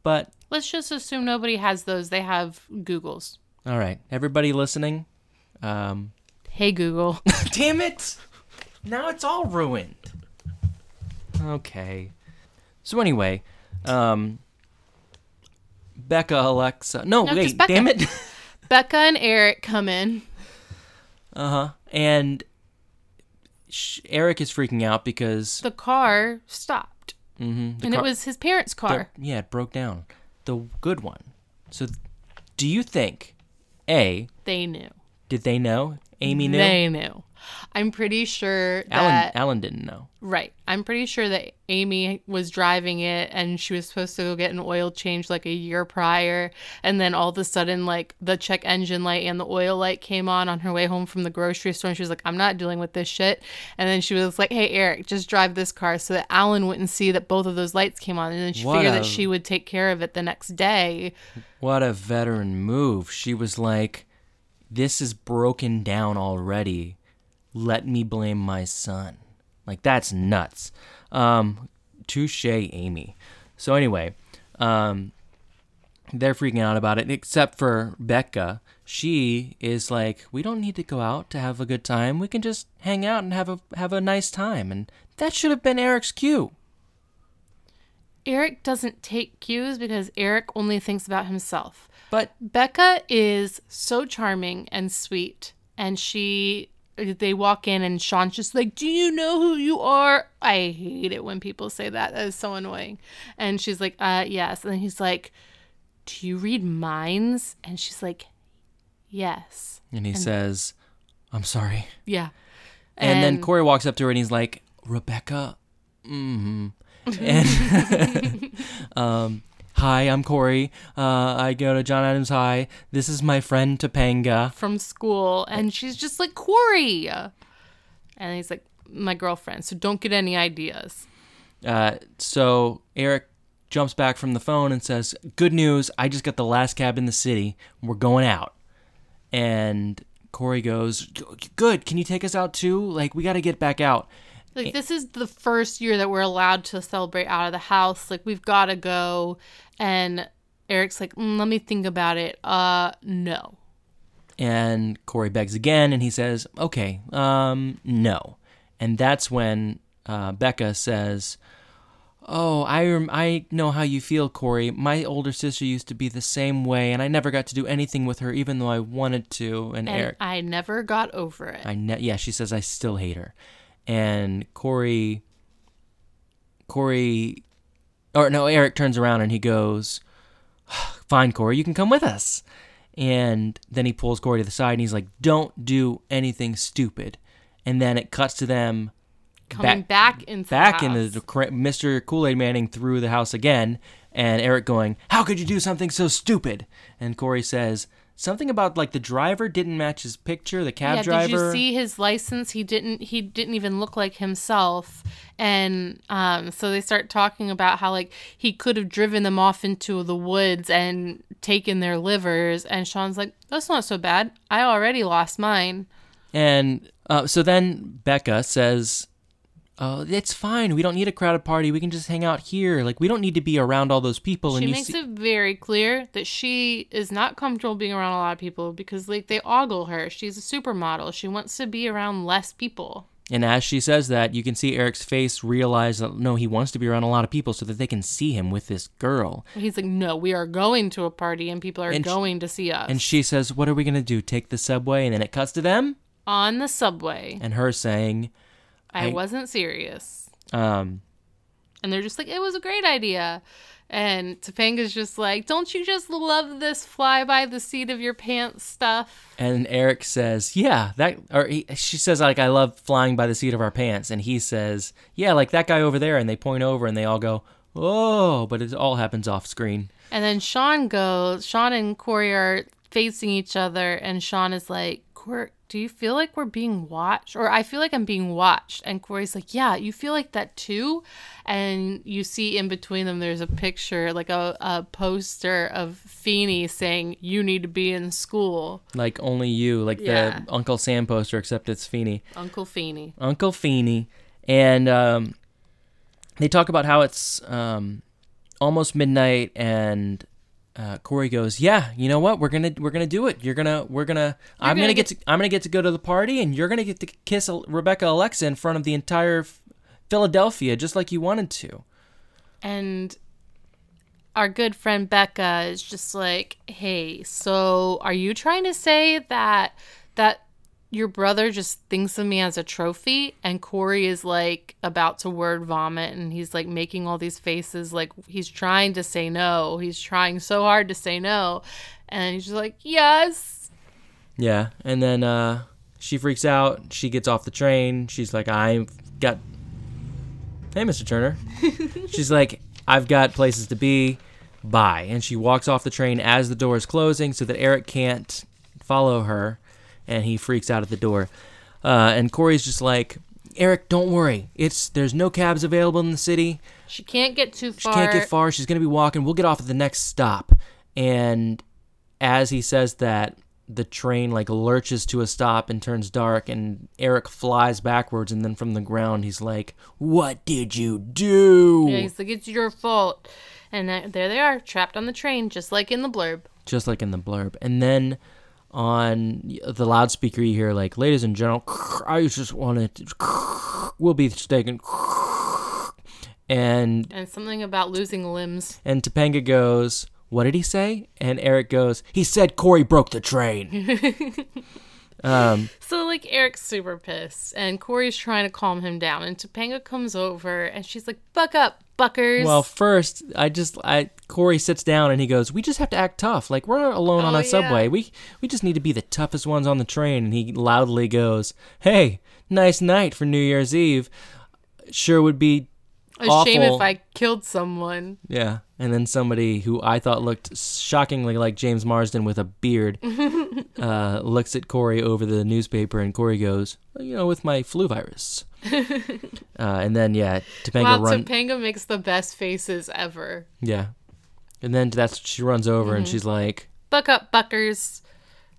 B: but
C: Let's just assume nobody has those. They have Google's.
B: all right, everybody listening. Um,
C: Hey Google.
B: damn it! Now it's all ruined. Okay. So anyway, um, Becca Alexa. No,
C: No,
B: wait,
C: just Becca.
B: damn it.
C: Becca and Eric come in.
B: Uh huh. And sh- Eric is freaking out because
C: The car stopped. Mm-hmm.
B: car-
C: and it was his parents'
B: the-
C: car.
B: yeah, it broke down. The good one. So, do you think, a,
C: They knew.
B: did they know, Amy knew.
C: They knew. I'm pretty sure that
B: Alan Alan didn't know.
C: right. I'm pretty sure that Amy was driving it and she was supposed to go get an oil change like a year prior and then all of a sudden like the check engine light and the oil light came on on her way home from the grocery store and she was like I'm not dealing with this shit and then she was like hey Eric just drive this car so that Alan wouldn't see that both of those lights came on and then she
B: What
C: figured
B: a-
C: that she would take care of it the next day.
B: What a veteran move. She was like, This is broken down already. Let me blame my son. Like, that's nuts. Um, touche, Amy. So, anyway, um, they're freaking out about it, except for Becca. She is like, We don't need to go out to have a good time. We can just hang out and have a, have a nice time. And that should have been Eric's cue.
C: Eric doesn't take cues because Eric only thinks about himself.
B: But
C: Becca is so charming and sweet, and she they walk in and Sean's just like, "Do you know who you are?" I hate it when people say that. That is so annoying. And she's like, "Uh, yes." And then he's like, "Do you read minds?" And she's like, "Yes."
B: And he says, I'm sorry.
C: Yeah.
B: And, then
C: And-
B: Corey walks up to her and he's like, Rebecca, mm-hmm. and um, hi, I'm Corey. Uh, I go to John Adams High. This is my friend Topanga.
C: From school, and she's just like, "Corey," and he's like, "My girlfriend." So don't get any ideas.
B: Uh, so Eric jumps back from the phone and says, "Good news! I just got the last cab in the city. We're going out." And Corey goes, "Good. Can you take us out too? Like we got to get back out." Eh.
C: Like this is the first year that we're allowed to celebrate out of the house. Like we've got to go, and Eric's like, mm, "Let me think about it." Uh, no.
B: And Corey begs again, and he says, "Okay, um, no." And that's when uh, Becca says, "Oh, I rem- I know how you feel, Corey. My older sister used to be the same way, and I never got to do anything with her, even though I wanted to." And,
C: And
B: Eric,
C: I never got over it.
B: I ne- yeah, she says, "I still hate her," and Corey, Corey, or no, Eric turns around and he goes, "Fine, Corey, you can come with us." And then he pulls Corey to the side and he's like, "Don't do anything stupid." And then it cuts to them
C: Coming
B: back-
C: back, into
B: back
C: the
B: in
C: house.
B: the cra- Mr. Kool Aid Manning through the house again, and Eric going, "How could you do something so stupid?" And Corey says. Something about like the driver didn't match his picture, the cab
C: yeah,
B: driver.
C: did you see his license? He didn't. He didn't even look like himself. And um, so they start talking about how like he could have driven them off into the woods and taken their livers. And Sean's like, "That's not so bad. I already lost mine."
B: And uh, so then Becca says, "Oh, it's fine. We don't need a crowded party. We can just hang out here. Like we don't need to be around all those people."
C: She
B: and you
C: makes
B: see,
C: it very clear that she is not comfortable being around a lot of people because like they ogle her. She's a supermodel. She wants to be around less people.
B: and as she says that, you can see Eric's face realize that no, he wants to be around a lot of people so that they can see him with this girl.
C: He's like, "No, we are going to a party and people are
B: And sh-
C: going to see us
B: And she says, "What are we gonna do? Take the subway?" And then it cuts to them
C: on the subway."
B: and her saying,
C: I,
B: I-
C: wasn't serious.
B: um,
C: And they're just like, "It was a great idea." And Topanga's just like, "Don't you just love this fly by the seat of your pants stuff?"
B: and Eric says, "Yeah, that." Or he, she says, "Like I love flying by the seat of our pants," and he says, "Yeah, like that guy over there." And they point over, and they all go, "Oh!" But it all happens off screen.
C: And then Sean goes, Sean and Corey are facing each other, and Sean is like, Corey, do you feel like we're being watched? Or I feel like I'm being watched. And Corey's like, Yeah, you feel like that too? And you see in between them, there's a picture, like a, a poster of Feeney saying, You need to be in school,
B: Like only you, like
C: Yeah.
B: the Uncle Sam poster, except it's Feeney,
C: Uncle Feeney.
B: Uncle Feeney, and um, they talk about how it's um, almost midnight, and uh, Corey goes, "Yeah, you know what? We're gonna we're gonna do it. You're gonna we're gonna I'm gonna,
C: gonna
B: get, to I'm gonna get to go to the party, and you're gonna get to kiss Al- Rebecca Alexa in front of the entire F- Philadelphia, just like you wanted to."
C: And our good friend Becca is just like, "Hey, so are you trying to say that that your brother just thinks of me as a trophy?" And Corey is like about to word vomit, and he's like making all these faces, like he's trying to say no. He's trying so hard to say no, and he's just like, "Yes."
B: Yeah, and then uh, She freaks out. She gets off the train. She's like, I've got. Hey, Mr. Turner. She's like, I've got places to be. Bye. And she walks off the train as the door is closing so that Eric can't follow her. And he freaks out at the door. Uh, and Corey's just like, Eric, don't worry. It's there's no cabs available in the city.
C: She can't get too
B: She
C: far.
B: can't get far. She's going to be walking. We'll get off at the next stop. And as he says that, the train like lurches to a stop and turns dark and Eric flies backwards and then from the ground he's like, "What did you do?"
C: Yeah, he's like, it's your fault. And that, there they are, trapped on the train, just like in the blurb.
B: Just like in the blurb. And then on the loudspeaker you hear like, "Ladies and gentlemen, I just wanted to, we'll be taken." And
C: And something about losing limbs.
B: And Topanga goes, What did he say? And Eric goes, He said Corey broke the train.
C: So like Eric's super pissed, and Corey's trying to calm him down, and Topanga comes over, and she's like, "Buck up, buckers."
B: well, first, I just, I Corey sits down and he goes, We just have to act tough. Like, we're not alone on
C: Oh,
B: a
C: yeah.
B: subway. We, we just need to be the toughest ones on the train. And he loudly goes, Hey, nice night for New Year's Eve. Sure would be
C: a shame
B: awful.
C: if I killed someone.
B: Yeah. And then somebody who I thought looked shockingly like James Marsden with a beard uh, looks at Corey over the newspaper, and Corey goes, well, "You know, with my flu virus." uh, and then yeah, Topanga
C: Wow,
B: run.
C: Topanga makes the best faces ever.
B: yeah. And then that's she runs over
C: Mm-hmm.
B: and she's like,
C: Buck up, buckers,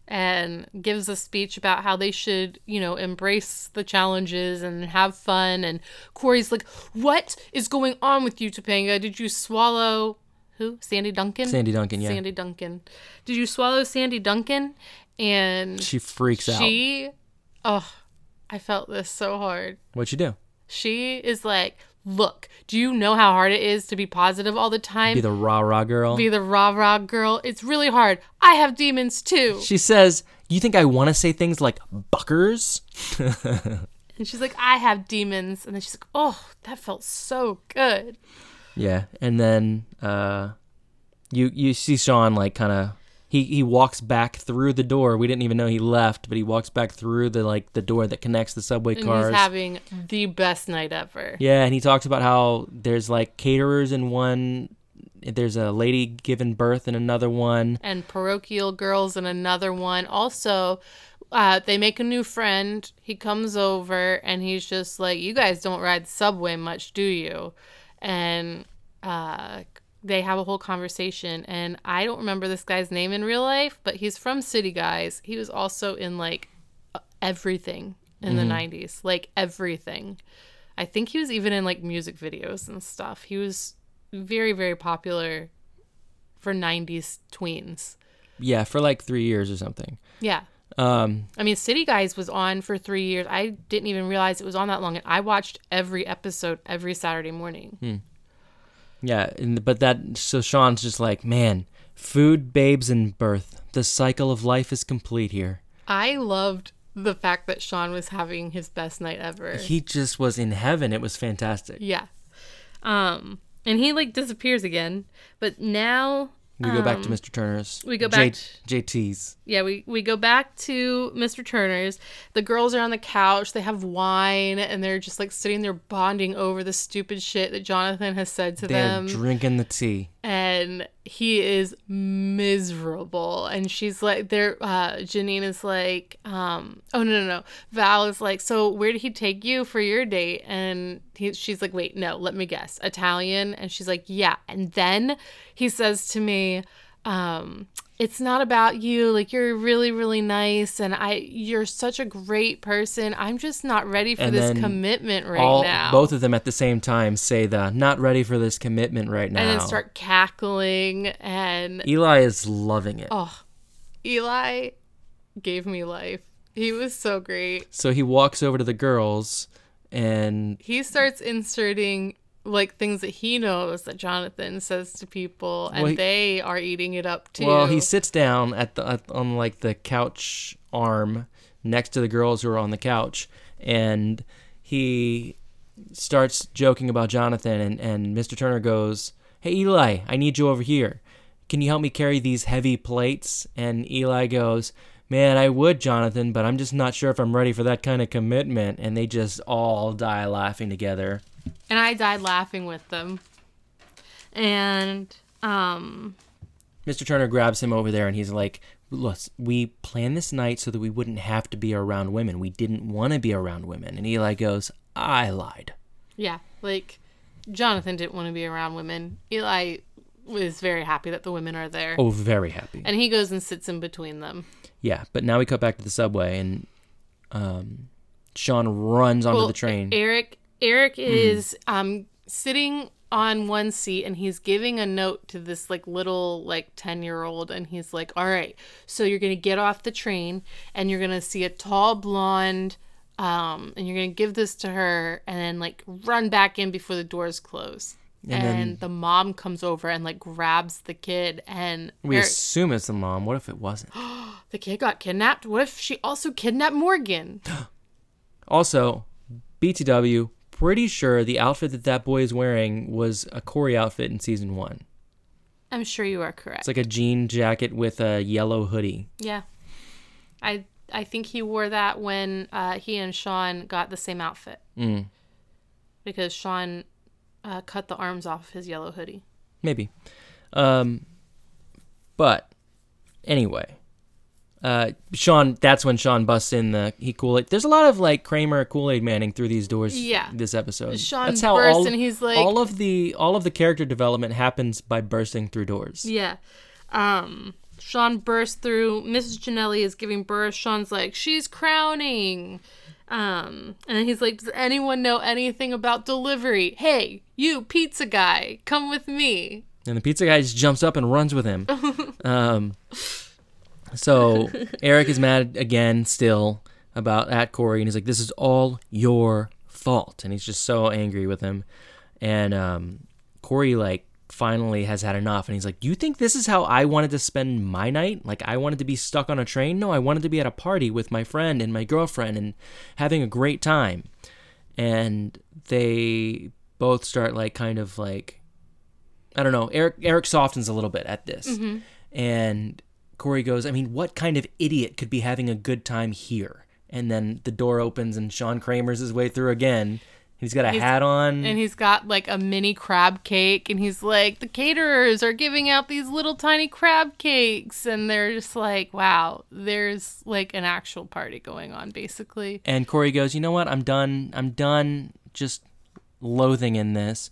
C: and gives a speech about how they should, you know, embrace the challenges and have fun. And Corey's like, "What is going on with you, Topanga? Did you swallow who? Sandy Duncan?
B: "Sandy Duncan, yeah."
C: Sandy Duncan. Did you swallow Sandy Duncan? And
B: She freaks out.
C: she, oh, I felt this so hard.
B: What'd she do?
C: She is like, look, do you know how hard it is to be positive all the time?
B: Be the rah rah girl.
C: Be the rah rah girl. It's really hard. I have demons too.
B: she says, "You think I want to say things like buckers?"
C: and she's like, I have demons. And then she's like, oh, that felt so good.
B: Yeah, and then uh, you you see Sean like kind of he he walks back through the door. We didn't even know he left, but he walks back through the like the door that connects the subway
C: And
B: cars.
C: he's having the best night ever.
B: yeah, and he talks about how there's like caterers in one. There's a lady giving birth in another one.
C: and parochial girls and another one also uh, they make a new friend he comes over and he's just like you guys don't ride the subway much do you and uh, they have a whole conversation and i don't remember this guy's name in real life but he's from city guys he was also in like everything in the 90s like everything i think he was even in like music videos and stuff he was very very popular for 90s tweens.
B: Yeah, for like three years or something.
C: Yeah.
B: Um,
C: I mean, City Guys was on for three years. I didn't even realize it was on that long. And I watched every episode every Saturday morning.
B: Hmm. yeah, and, but that so Sean's just like, man, food, babes, and birth. The cycle of life is complete here.
C: I loved the fact that Sean was having his best night ever.
B: He just was in heaven. It was fantastic.
C: yeah. Um, and he like disappears again. But now,
B: We go back to Mr. Turner's.
C: Um, we go back
B: JT's.
C: yeah, we, we go back to Mr. Turner's. The girls are on the couch. They have wine and they're just like sitting there bonding over the stupid shit that Jonathan has said to
B: They're
C: them.
B: drinking the tea.
C: and he is miserable and she's like there uh janine is like um oh no no no val is like so where did he take you for your date and he, she's like wait no let me guess italian and she's like yeah and then he says to me um it's not about you like you're really really nice and i you're such a great person i'm just not ready for
B: And
C: this
B: then
C: commitment right
B: All
C: now
B: both of them at the same time say the "not ready for this commitment right now."
C: and then start cackling and
B: Eli is loving
C: Oh.
B: it.
C: Eli gave me life. He was so great.
B: So he walks over to the girls, and
C: He starts inserting like things that he knows that Jonathan says to people, and
B: Well, he-
C: they are eating it up too.
B: well, he sits down at the at, on like the couch arm next to the girls who are on the couch, and he starts joking about Jonathan, and, and Mr. Turner goes, Hey, Eli, I need you over here. Can you help me carry these heavy plates? And Eli goes, man, I would, Jonathan, but I'm just not sure if I'm ready for that kind of commitment. And they just all die laughing together.
C: and I died laughing with them. And um
B: Mr. Turner grabs him over there and he's like, Look, we planned this night so that we wouldn't have to be around women. We didn't want to be around women. And Eli goes, I lied.
C: yeah, like Jonathan didn't want to be around women. Eli was very happy that the women are there.
B: Oh, very happy.
C: And he goes and sits in between them.
B: yeah, but now we cut back to the subway and um, Sean runs onto
C: Well,
B: the train. Hmm.
C: Eric Eric is um sitting on one seat and he's giving a note to this like little like 10 year old and he's like all right so you're gonna get off the train and you're gonna see a tall blonde um and you're gonna give this to her and then like run back in before the doors close and, the mom comes over and like grabs the kid and
B: we
C: Eric-
B: assume it's the mom. What if it wasn't?
C: the kid got kidnapped what if she also kidnapped morgan
B: Also, BTW, pretty sure the outfit that that boy is wearing was a Corey outfit in season one.
C: i'm sure you are correct
B: It's like a jean jacket with a yellow hoodie.
C: Yeah. I I think he wore that when uh, he and Sean got the same outfit. Mm. Because Sean uh, cut the arms off his yellow hoodie.
B: Maybe. Um, but anyway, uh, Sean. That's when Sean busts in the he Kool Aid. There's a lot of like Kramer Kool Aid Manning through these doors.
C: Yeah.
B: This episode.
C: Sean
B: that's how
C: bursts
B: all,
C: and he's like-
B: all of the all of the character development happens by bursting through doors.
C: Yeah. Um Sean bursts through. Mrs. Janelli is giving birth. Sean's like, she's crowning. Um, and then he's like, does anyone know anything about delivery? Hey, you pizza guy, come with me.
B: And the pizza guy just jumps up and runs with him. um, so Eric is mad again, still about at Corey, and he's like, "This is all your fault," and he's just so angry with him. And um, Corey like finally has had enough, and he's like, "You think this is how I wanted to spend my night? Like I wanted to be stuck on a train? No, I wanted to be at a party with my friend and my girlfriend and having a great time." And they both start like kind of like I don't know. Eric Eric softens a little bit at this, and Corey goes, "I mean, what kind of idiot could be having a good time here?" And then the door opens, and Sean Kramer's his way through again. He's got a hat on.
C: and he's got like a mini crab cake and he's like the caterers are giving out these little tiny crab cakes and they're just like wow there's like an actual party going on basically
B: And Corey goes, "You know what? I'm done. I'm done just loathing in this.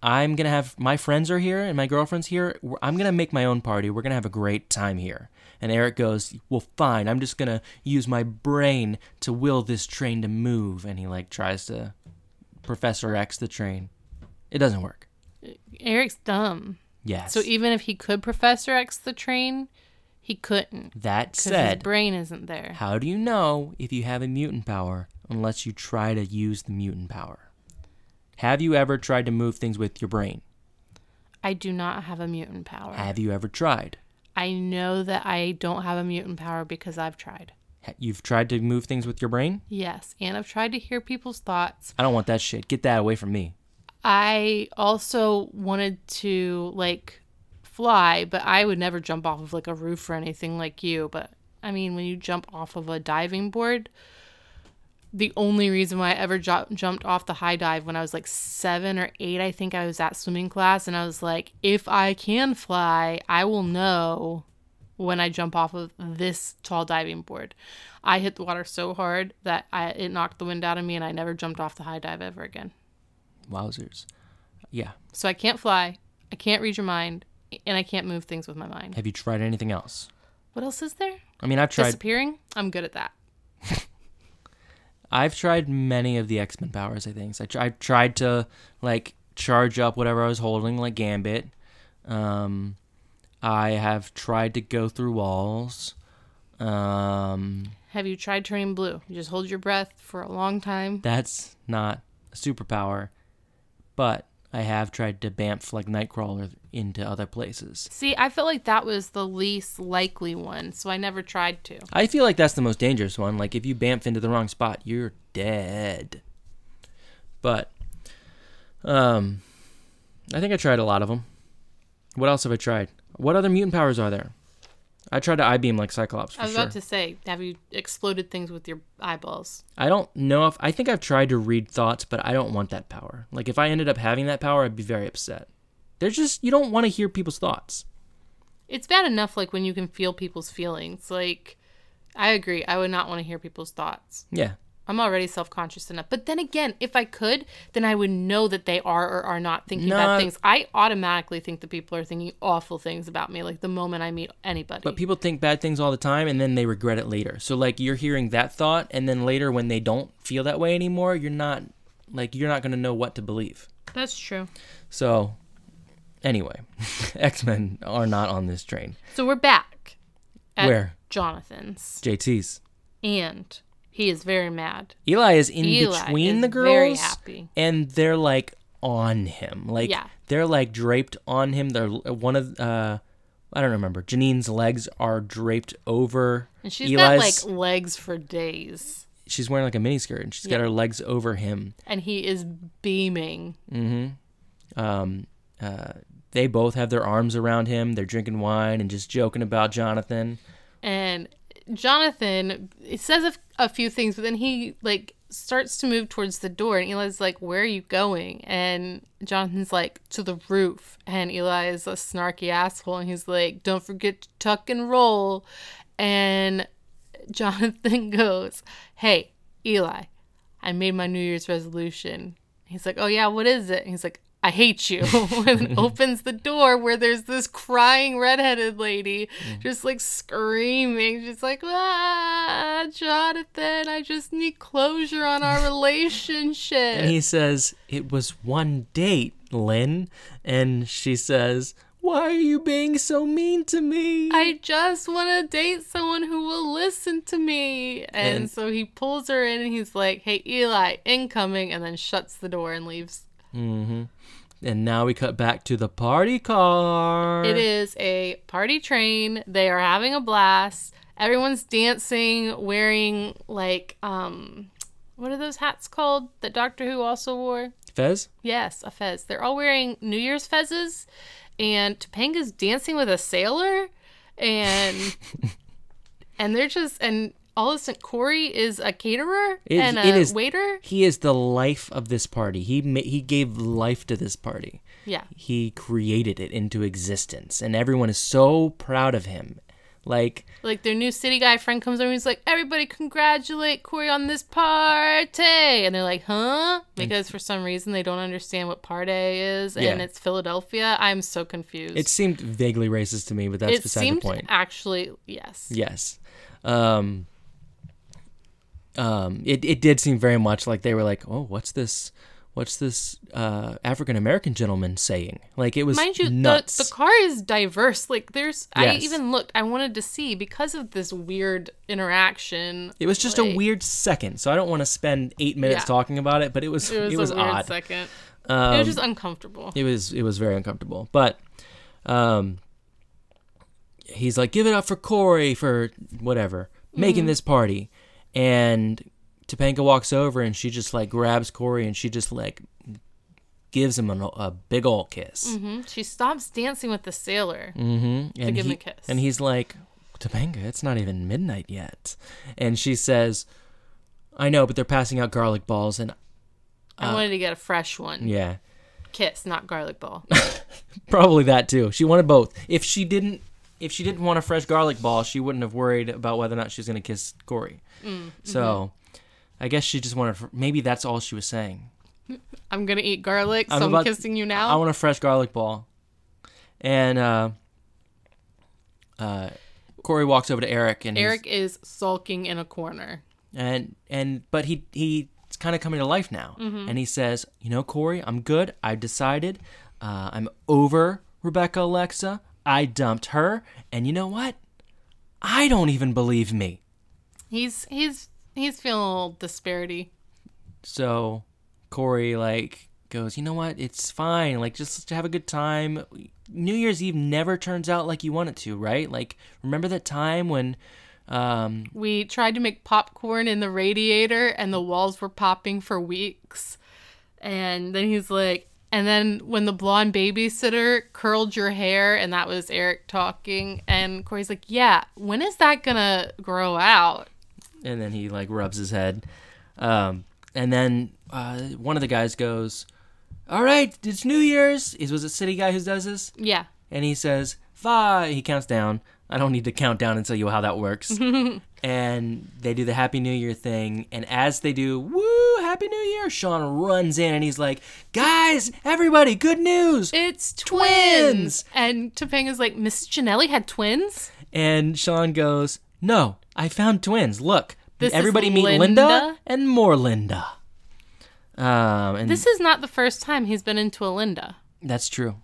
B: I'm going to have my friends are here and my girlfriend's here. We're- I'm going to make my own party. We're going to have a great time here." And Eric goes, "Well, fine. I'm just going to use my brain to will this train to move." And he like tries to Professor X the train. It doesn't work.
C: eric's dumb
B: Yes.
C: so e even if he could professor x the train he couldn't
B: that
C: because his
B: said,
C: brain isn't there
B: how do you know if you have a mutant power unless you try to use the mutant power? Have you ever tried to move things with your brain?
C: i do not have a mutant power
B: Have you ever tried?
C: i know that i don't have a mutant power because i've tried
B: Ha- You've tried to move things with your brain?
C: yes and i've tried to hear people's thoughts
B: I don't want that shit. Get that away from me.
C: I also wanted to like fly, but I would never jump off of like a roof or anything like you. But I mean, when you jump off of a diving board, the only reason why I ever jo- jumped off the high dive when I was like seven or eight, I think I was at swimming class, and I was like, if I can fly, I will know when I jump off of this tall diving board. I hit the water so hard that I, it knocked the wind out of me, and I never jumped off the high dive ever again.
B: Wowzers. Yeah.
C: So I can't fly, I can't read your mind, and I can't move things with my mind.
B: Have you tried anything else?
C: What else is there?
B: I mean, I've tried
C: Disappearing? I'm good at that.
B: I've tried many of the X-Men powers, I think. So I tr- I've tried to like charge up whatever I was holding like Gambit. Um I have tried to go through walls. Um
C: Have you tried turning blue? You just hold your breath for a long time.
B: that's not a superpower, but I have tried to bamf like Nightcrawler into other places.
C: See, I felt like that was the least likely one, so I never tried to.
B: I feel like that's the most dangerous one. Like if you bamf into the wrong spot, you're dead. But um I think I tried a lot of them. What else have I tried? What other mutant powers are there? I tried to I beam like Cyclops for
C: I was
B: sure.
C: about to say, have you exploded things with your eyeballs?
B: I don't know if I think I've tried to read thoughts, but I don't want that power. Like if I ended up having that power, I'd be very upset. There's just you don't want to hear people's thoughts.
C: It's bad enough, like when you can feel people's feelings. Like, I agree. I would not want to hear people's thoughts.
B: Yeah.
C: I'm already self conscious enough. But then again, if I could, then I would know that they are or are not thinking
B: No.
C: bad things. I automatically think that people are thinking awful things about me, like the moment I meet anybody.
B: But people think bad things all the time and then they regret it later. So like you're hearing that thought and then later when they don't feel that way anymore, you're not like you're not going to know what to believe.
C: That's true.
B: So anyway, X-Men are not on this train.
C: So we're back at
B: Where?
C: Jonathan's,
B: JT's.
C: and he is very mad.
B: Eli is in
C: Eli
B: between
C: is
B: the girls
C: very happy.
B: and they're like on him. Like
C: Yeah.
B: they're like draped on him. They're one of uh I don't remember. Janine's legs are draped over
C: And she's
B: Eli's.
C: got like legs for days,
B: she's wearing like a miniskirt and she's got her legs over him.
C: and he is beaming.
B: Um uh they both have their arms around him. They're drinking wine and just joking about Jonathan.
C: and Jonathan it says a, f- a few things, but then he like starts to move towards the door, and Eli's like, "Where are you going?" And Jonathan's like, "To the roof." And Eli is a snarky asshole, and he's like, "Don't forget to tuck and roll." And Jonathan goes, "Hey, Eli, I made my New Year's resolution." He's like, "Oh yeah, what is it?" And he's like, "I hate you." and then opens the door where there's this crying redheaded lady,
B: Mm.
C: just like screaming, just like, "Ah, Jonathan, I just need closure on our relationship."
B: And he says, It was one date, Lynn. And she says, Why are you being so mean to me?
C: I just want to date someone who will listen to me. And,
B: And-
C: so he pulls her in and he's like, hey, Eli, incoming, and then shuts the door and leaves.
B: And now we cut back to the party car.
C: It is a party train. They are having a blast. Everyone's dancing, wearing like, um, what are those hats called that Doctor Who also wore?
B: Fez?
C: Yes, a fez. They're all wearing New Year's fezes, and Topanga's dancing with a sailor, and and they're just and all of a sudden Corey is a caterer
B: It-
C: and a
B: it is-
C: waiter.
B: He is the life of this party. He ma- he gave life to this party.
C: Yeah,
B: He created it into existence, and everyone is so proud of him. Like
C: like their new city guy friend comes over and he's like, "Everybody, congratulate Corey on this party," and they're like, "Huh?" Because for some reason they don't understand what party is, and
B: Yeah.
C: it's Philadelphia. I'm so confused.
B: it seemed vaguely racist to me, but that's
C: it
B: beside
C: seemed
B: the point.
C: actually yes.
B: Yes. Um um it, it did seem very much like they were like, "Oh, what's this what's this uh African American gentleman saying?" Like it was
C: Mind you, the,
B: nuts.
C: the car is diverse. Like, there's, I
B: Yes.
C: even looked, I wanted to see because of this weird interaction.
B: It was just a
C: like,
B: weird second, so I don't want to spend eight minutes
C: Yeah.
B: talking about it. But it was
C: It was, a weird
B: odd.
C: second.
B: Um,
C: it was just uncomfortable.
B: it was it was very uncomfortable. But um, he's like, "Give it up for Corey for whatever
C: Mm-hmm.
B: making this party," and Topanga walks over and she just like grabs Corey and she just like gives him a, a big ol' kiss.
C: hmm She stops dancing with the sailor.
B: Mm, and
C: give him
B: he-
C: a kiss.
B: And he's like, Topanga, it's not even midnight yet. And she says, I know, but they're passing out garlic balls. And
C: I wanted to get a fresh one.
B: uh, yeah,
C: Kiss, not garlic ball.
B: probably that too. She wanted both. If she didn't. If she didn't want a fresh garlic ball, she wouldn't have worried about whether or not she was going to kiss Corey. So, I guess she just wanted. fr- Maybe that's all she was saying.
C: I'm going to eat garlic, so
B: I'm
C: I'm,
B: about-
C: kissing you
B: I
C: now.
B: want a fresh garlic ball. And uh, uh, Corey walks over to Eric, and he's-
C: Eric is sulking in a corner.
B: and and but he he's kind of coming to life now and he says you know corey i'm good i've decided uh, i'm over rebecca alexa i dumped her and you know what i don't even believe me
C: He's, he's, he's feeling a little disparity.
B: so corey like goes you know what it's fine like just have a good time new year's eve never turns out like you want it to right like remember that time when um
C: We tried to make popcorn in the radiator and the walls were popping for weeks. And then he's like, And then when the blonde babysitter curled your hair, and that was Eric talking, and Corey's like, "Yeah, when is that gonna grow out?"
B: and then he like rubs his head. Um, and then uh, one of the guys goes, "All right, it's New Year's." It was a city guy who does this,
C: Yeah,
B: and he says, "Five." He counts down. I don't need to count down and tell you how that works. and they do the Happy New Year thing, and as they do, "Woo, Happy New Year!" Sean runs in and he's like, "Guys, everybody, good news!"
C: it's
B: Twins!
C: twins. And Topanga's like, "Miss Janelli had twins."
B: And Sean goes, "No, I found twins. Look,
C: This is
B: everybody meet Linda?
C: Linda?
B: and more Linda." Um, and
C: This is not the first time he's been into a Linda.
B: that's true.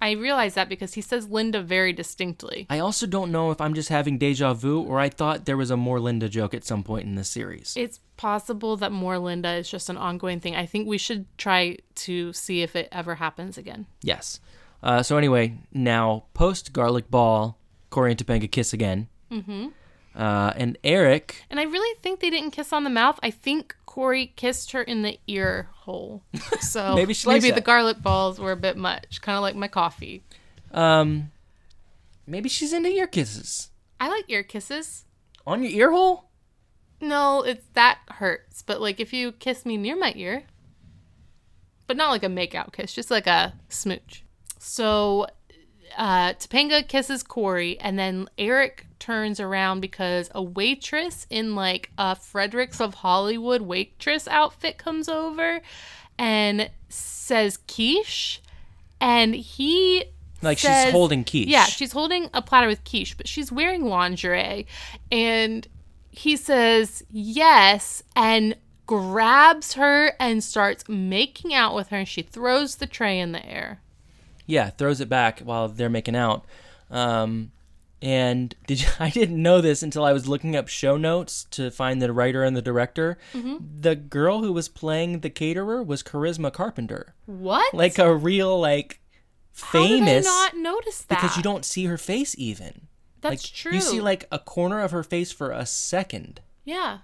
C: I realize that because he says Linda very distinctly.
B: I also don't know if I'm just having deja vu or I thought there was a more Linda joke at some point in the series.
C: It's possible that more Linda is just an ongoing thing. I think we should try to see if it ever happens again.
B: yes. Uh, so anyway, now post garlic ball, Corey and Topanga kiss again. Mm-hmm. Uh, and Eric,
C: And I really think they didn't kiss on the mouth. I think Corey kissed her in the ear hole. So
B: Maybe she likes
C: maybe the
B: that.
C: garlic balls were a bit much, kind of like my coffee.
B: um, maybe she's into ear kisses
C: I like ear kisses.
B: on your ear hole.
C: No, it's that hurts. But like if you kiss me near my ear, but not like a makeout kiss, just like a smooch. So uh, Topanga kisses Corey, and then Eric turns around because a waitress in like a Fredericks of Hollywood waitress outfit comes over and says quiche, and he
B: Like she's
C: says-
B: holding quiche.
C: yeah, she's holding a platter with quiche, but she's wearing lingerie. And he says yes and grabs her and starts making out with her. And she throws the tray in the air.
B: yeah, throws it back while they're making out. Um, and did you, I didn't know this until I was looking up show notes to find the writer and the director.
C: Mm-hmm.
B: The girl who was playing the caterer was Charisma Carpenter,
C: What?
B: like a real like
C: How did I
B: famous
C: not notice that?
B: because you don't see her face even.
C: That's
B: like,
C: true.
B: You see like a corner of her face for a second.
C: yeah.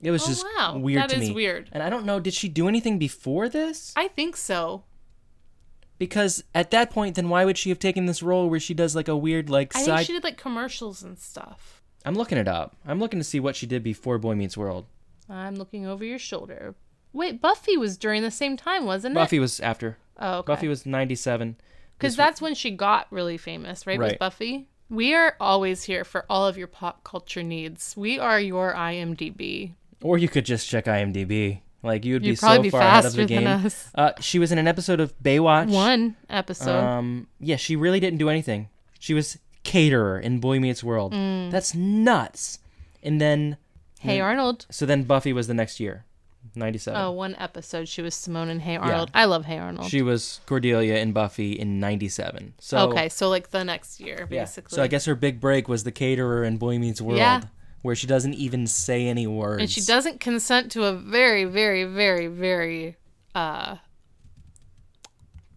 B: It was
C: Oh,
B: just
C: wow.
B: weird
C: That
B: to me.
C: is weird.
B: And I don't know. Did she do anything before this?
C: I think so.
B: Because at that point, then why would she have taken this role where she does like a weird like
C: I
B: side
C: think she did like commercials and stuff.
B: I'm looking it up. I'm looking to see what she did before Boy Meets World.
C: I'm looking over your shoulder. Wait, Buffy was during the same time, wasn't it?
B: Buffy was after.
C: Oh, okay.
B: Buffy was 97.
C: Because that's when she got really famous, right? Was
B: Right.
C: Buffy? We are always here for all of your pop culture needs. We are your IMDb.
B: Or you could just check IMDb. Like you would be
C: You'd probably
B: so
C: be
B: far out of
C: faster
B: the
C: than
B: game.
C: us.
B: Uh, she was in an episode of Baywatch.
C: One episode.
B: Um, yeah, she really didn't do anything. She was caterer in Boy Meets World.
C: Mm.
B: That's nuts. And then,
C: hey Arnold.
B: so then Buffy was the next year, 97.
C: Oh, one episode. She was Simone and Hey Arnold. I love Hey Arnold.
B: She was Cordelia in Buffy in 97. So
C: okay, so like the next year,
B: Yeah.
C: basically.
B: So I guess her big break was the caterer in Boy Meets World,
C: Yeah.
B: where she doesn't even say any words.
C: And she doesn't consent to a very, very, very, very,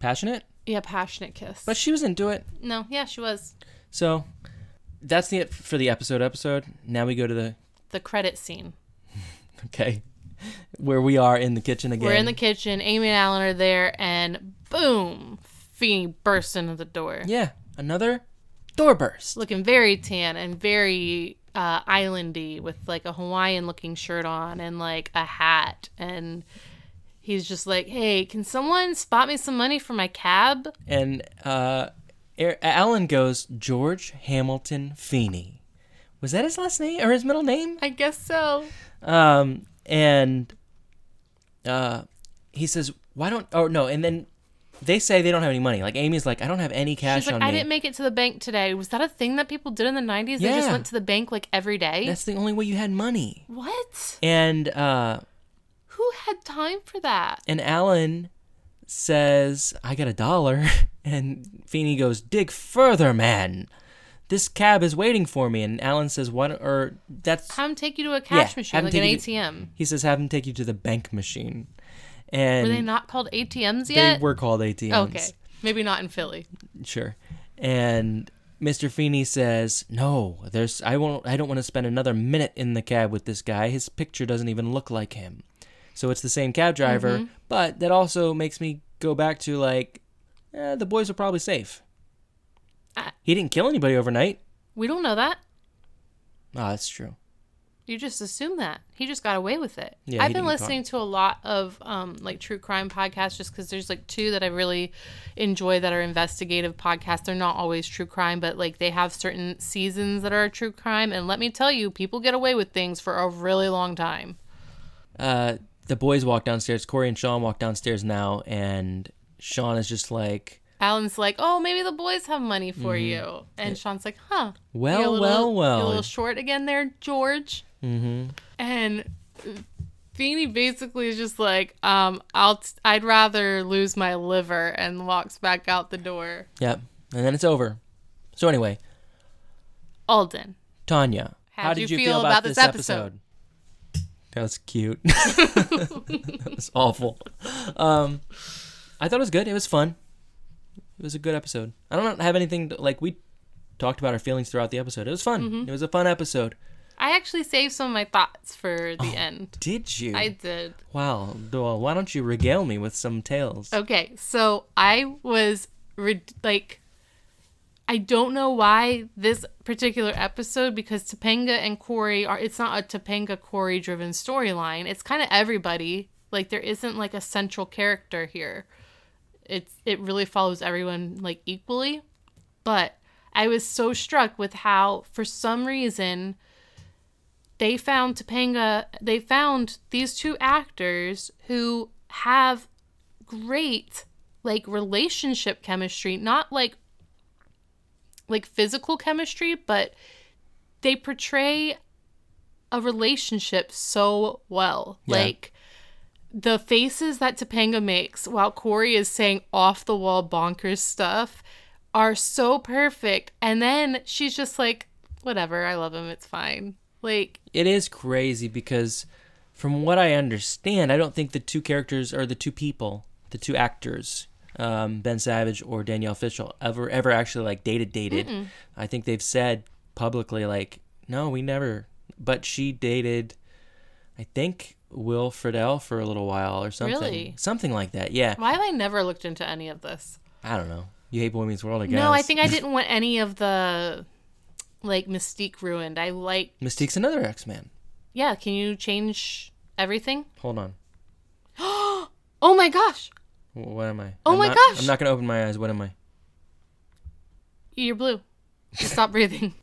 B: passionate,
C: yeah, passionate kiss.
B: but she was into it.
C: no, yeah, she was.
B: So that's the it for the episode. Episode. Now we go to the
C: The credit scene.
B: okay, where we are in the kitchen again.
C: We're in the kitchen. Amy and Alan are there, and boom, Fee bursts into the door.
B: yeah another door burst.
C: looking very tan and very uh, islandy with like a Hawaiian looking shirt on and like a hat. And he's just like, hey, can someone spot me some money for my cab?
B: And uh, Er- Alan goes George Hamilton Feeney. Was that his last name or his middle name?
C: I guess so.
B: Um, and uh, he says, "Why don't?" Oh no! And then they say they don't have any money. Like Amy's like, "I don't have any cash
C: She's like,
B: on
C: I
B: me."
C: didn't make it to the bank today. Was that a thing that people did in the 90s? They just
B: Yeah.
C: went to the bank like every day?
B: That's the only way you had money.
C: what?
B: And uh,
C: Who had time for that?
B: and Alan says, "I got a dollar," and Feeney goes, "Dig further, man." This cab is waiting for me, and Alan says, "What?" Or that's
C: Have him take you to a cash
B: Yeah, have
C: machine,
B: 'em
C: like an
B: take you
C: ATM.
B: he says, "Have him take you to the bank machine." And
C: Were they not called ATMs
B: Mm. they
C: yet?
B: were called ATMs.
C: okay. Maybe not in Philly.
B: Sure. And Mr. Feeney says, "No, there's I won't I don't want to spend another minute in the cab with this guy. His picture doesn't even look like him." So it's the same cab driver, but that also makes me go back to like, eh, the boys are probably safe. He didn't kill anybody overnight.
C: We don't know that.
B: Ah, that's true.
C: You just assume that he just got away with it.
B: Yeah, he
C: I've been
B: didn't get caught.
C: listening to a lot of um, like true crime podcasts just because there's like two that I really enjoy that are investigative podcasts. They're not always true crime, but like they have certain seasons that are true crime. And let me tell you, people get away with things for a really long time.
B: Uh, the boys walk downstairs. Corey and Sean walk downstairs now, and Sean is just like,
C: Alan's like, "Oh, maybe the boys have money for you," and Sean's like, "Huh?
B: Mm-hmm. Well,
C: You a little-
B: well,
C: you
B: well."
C: a little short again there, George." Mm-hmm. And Feeny basically is just like, um, "I'll, t- I'd rather lose my liver," and walks back out the door.
B: "Yep," and then it's over. So anyway,
C: Alden,
B: Tanya,
C: How'd you feel about this episode?
B: That was cute. that was awful. Um, I thought it was good. It was fun. It was a good episode. I don't have anything to, like we talked about our feelings throughout the episode. It was fun.
C: Mm-hmm.
B: It was a fun episode.
C: I actually saved some of my thoughts for
B: Oh.
C: the end.
B: Did you?
C: I did.
B: Wow. Well, why don't you regale me with some tales?
C: Okay, so I was re- like, I don't know why this particular episode because Topanga and Corey are. It's not a Topanga Corey driven storyline. It's kind of everybody. Like there isn't like a central character here. It's it really follows everyone like equally, but I was so struck with how for some reason they found Topanga. They found these two actors who have great like relationship chemistry not like like physical chemistry but they portray a relationship so well
B: Yeah.
C: like the faces that Topanga makes while Corey is saying off the wall bonkers stuff are so perfect and then she's just like whatever I love him it's fine like
B: it is crazy because from what I understand, I don't think the two characters or the two people, the two actors, um, Ben Savage or Danielle Fishel, ever ever actually like dated dated. I think they've said publicly like, no, we never. But she dated, I think Will Friedle for a little while or something,
C: Really?
B: something like that. Yeah,
C: why have I never looked into any of this
B: I don't know. You hate Boy Meets World, I guess.
C: No, I think I didn't want any of the like mystique ruined. I like
B: Mystique's another X Man.
C: yeah, can you change everything?
B: Hold on.
C: Oh my gosh.
B: Wh- What am I?
C: Oh
B: I'm
C: my
B: not-
C: gosh.
B: I'm not gonna open my eyes. What am I?
C: You're blue. Just stop breathing.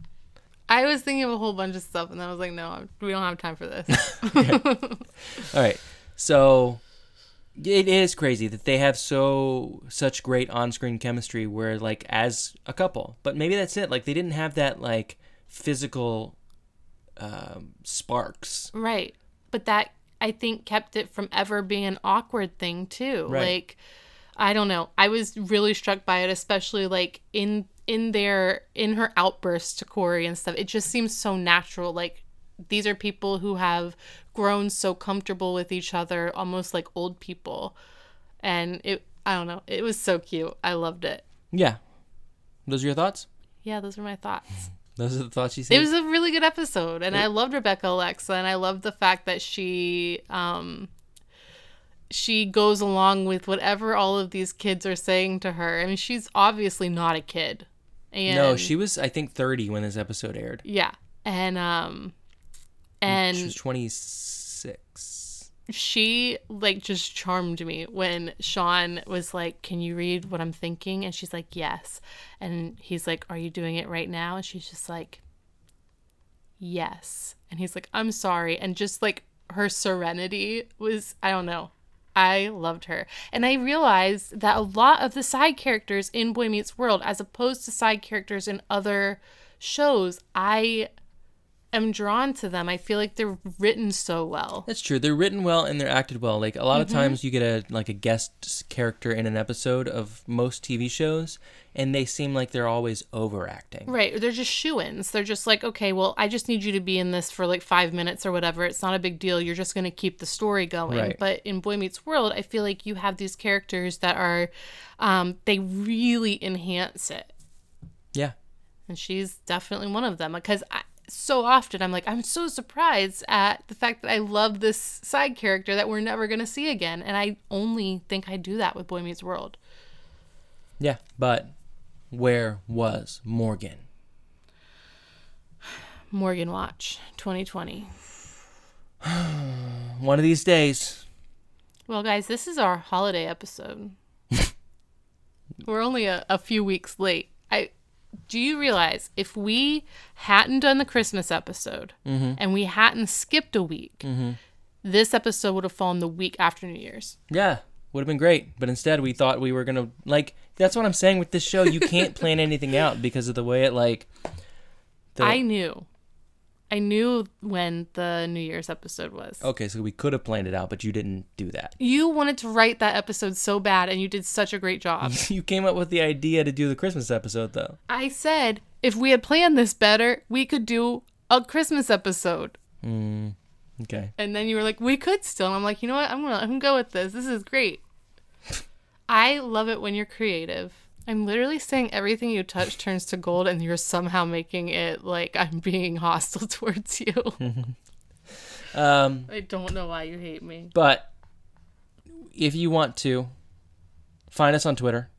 C: I was thinking of a whole bunch of stuff and then I was like, no, I'm- we don't have time for this.
B: All right. So it is crazy that they have so such great on-screen chemistry where like as a couple. But maybe that's it. Like they didn't have that like physical um, sparks.
C: right. But that I think kept it from ever being an awkward thing too.
B: Right.
C: Like I don't know. I was really struck by it, especially like in in their in her outbursts to Corey and stuff. It just seems so natural. Like these are people who have grown so comfortable with each other, almost like old people. And it I don't know. It was so cute. I loved it.
B: Yeah. Those are your thoughts?
C: Yeah, those were my thoughts.
B: Those are the thoughts you see.
C: It was a really good episode, and I loved Rebecca Alexa, and I loved the fact that she um, she goes along with whatever all of these kids are saying to her. I mean, she's obviously not a kid. And,
B: no, she was I think 30 when this episode aired.
C: yeah, and um,
B: Mm,
C: and
B: She was 26.
C: she like just charmed me when Sean was like, "Can you read what I'm thinking?" and she's like, "Yes." And he's like, "Are you doing it right now?" and she's just like, "Yes." And he's like, "I'm sorry." And just like her serenity was I don't know. I loved her. And I realized that a lot of the side characters in Boy Meets World as opposed to side characters in other shows, I am drawn to them. I feel like they're written so well.
B: That's true. They're written well and they're acted well. Like a lot of times, you get a like a guest s- character in an episode of most TV shows, and they seem like they're always overacting.
C: Right. They're just shoe ins. They're just like, okay, well, I just need you to be in this for like five minutes or whatever. It's not a big deal. You're just going to keep the story going.
B: Right.
C: But in Boy Meets World, I feel like you have these characters that are, um, they really enhance it.
B: Yeah,
C: And she's definitely one of them because I, so often. I'm like, I'm so surprised at the fact that I love this side character that we're never going to see again. And I only think I do that with Boy Meets World.
B: Yeah, but where was Morgan?
C: Morgan Watch 2020.
B: One of these days.
C: Well, guys, this is our holiday episode. We're only a, a few weeks late. I do you realize if we hadn't done the Christmas episode and we hadn't skipped a week, this episode would have fallen the week after New Year's.
B: Yeah, would have been great. But instead, we thought we were going to, like, that's what I'm saying with this show. You can't plan anything out because of the way it, like, the,
C: I knew. I knew when the New Year's episode was.
B: Okay, so we could have planned it out, but you didn't do that.
C: You wanted to write that episode so bad and you did such a great job.
B: You came up with the idea to do the Christmas episode, though.
C: I said if we had planned this better, we could do a Christmas episode.
B: Okay.
C: And then you were like, we could still. And I'm like, you know what? I'm gonna, I'm gonna go with this. This is great. I love it when you're creative. I'm literally saying everything you touch turns to gold, and you're somehow making it like I'm being hostile towards you.
B: Um,
C: I don't know why you hate me.
B: but if you want to, find us on Twitter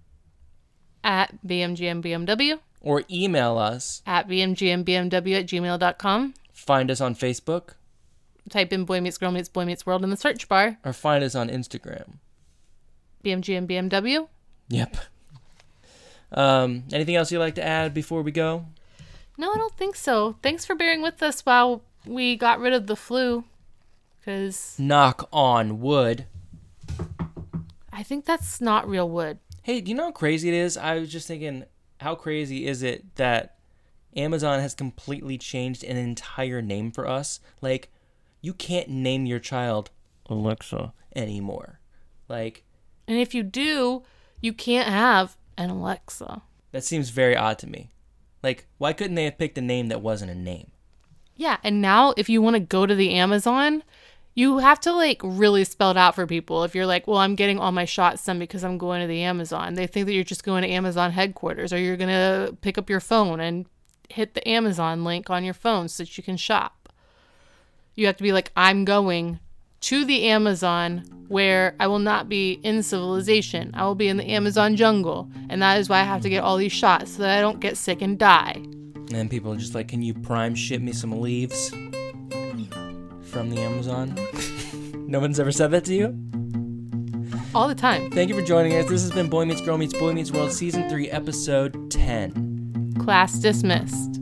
C: At BMGMBMW,
B: or email us.
C: at BMGMBMW at gmail.com.
B: Find us on Facebook
C: Type in Boy Meets Girl Meets Boy Meets World in the search bar.
B: or find us on Instagram.
C: BMGMBMW.
B: Yep. Um, anything else you'd like to add before we go?
C: No, I don't think so. Thanks for bearing with us while we got rid of the flu. Because
B: Knock on wood.
C: I think that's not real wood.
B: Hey, do you know how crazy it is? I was just thinking, how crazy is it that Amazon has completely changed an entire name for us? Like, you can't name your child Alexa anymore. Like,
C: And if you do, you can't have an Alexa.
B: that seems very odd to me. Like, why couldn't they have picked a name that wasn't a name?
C: Yeah, and now if you want to go to the Amazon, you have to like really spell it out for people. If you're like, well, I'm getting all my shots done because I'm going to the Amazon, they think that you're just going to Amazon headquarters or you're going to pick up your phone and hit the Amazon link on your phone so that you can shop. You have to be like, I'm going to the Amazon where I will not be in civilization. I will be in the Amazon jungle. And that is why I have to get all these shots so that I don't get sick and die.
B: And people are just like, can you prime ship me some leaves from the Amazon? no one's ever said that to you?
C: All the time.
B: Thank you for joining us. This has been Boy Meets Girl Meets Boy Meets World Season 3, Episode 10.
C: Class dismissed.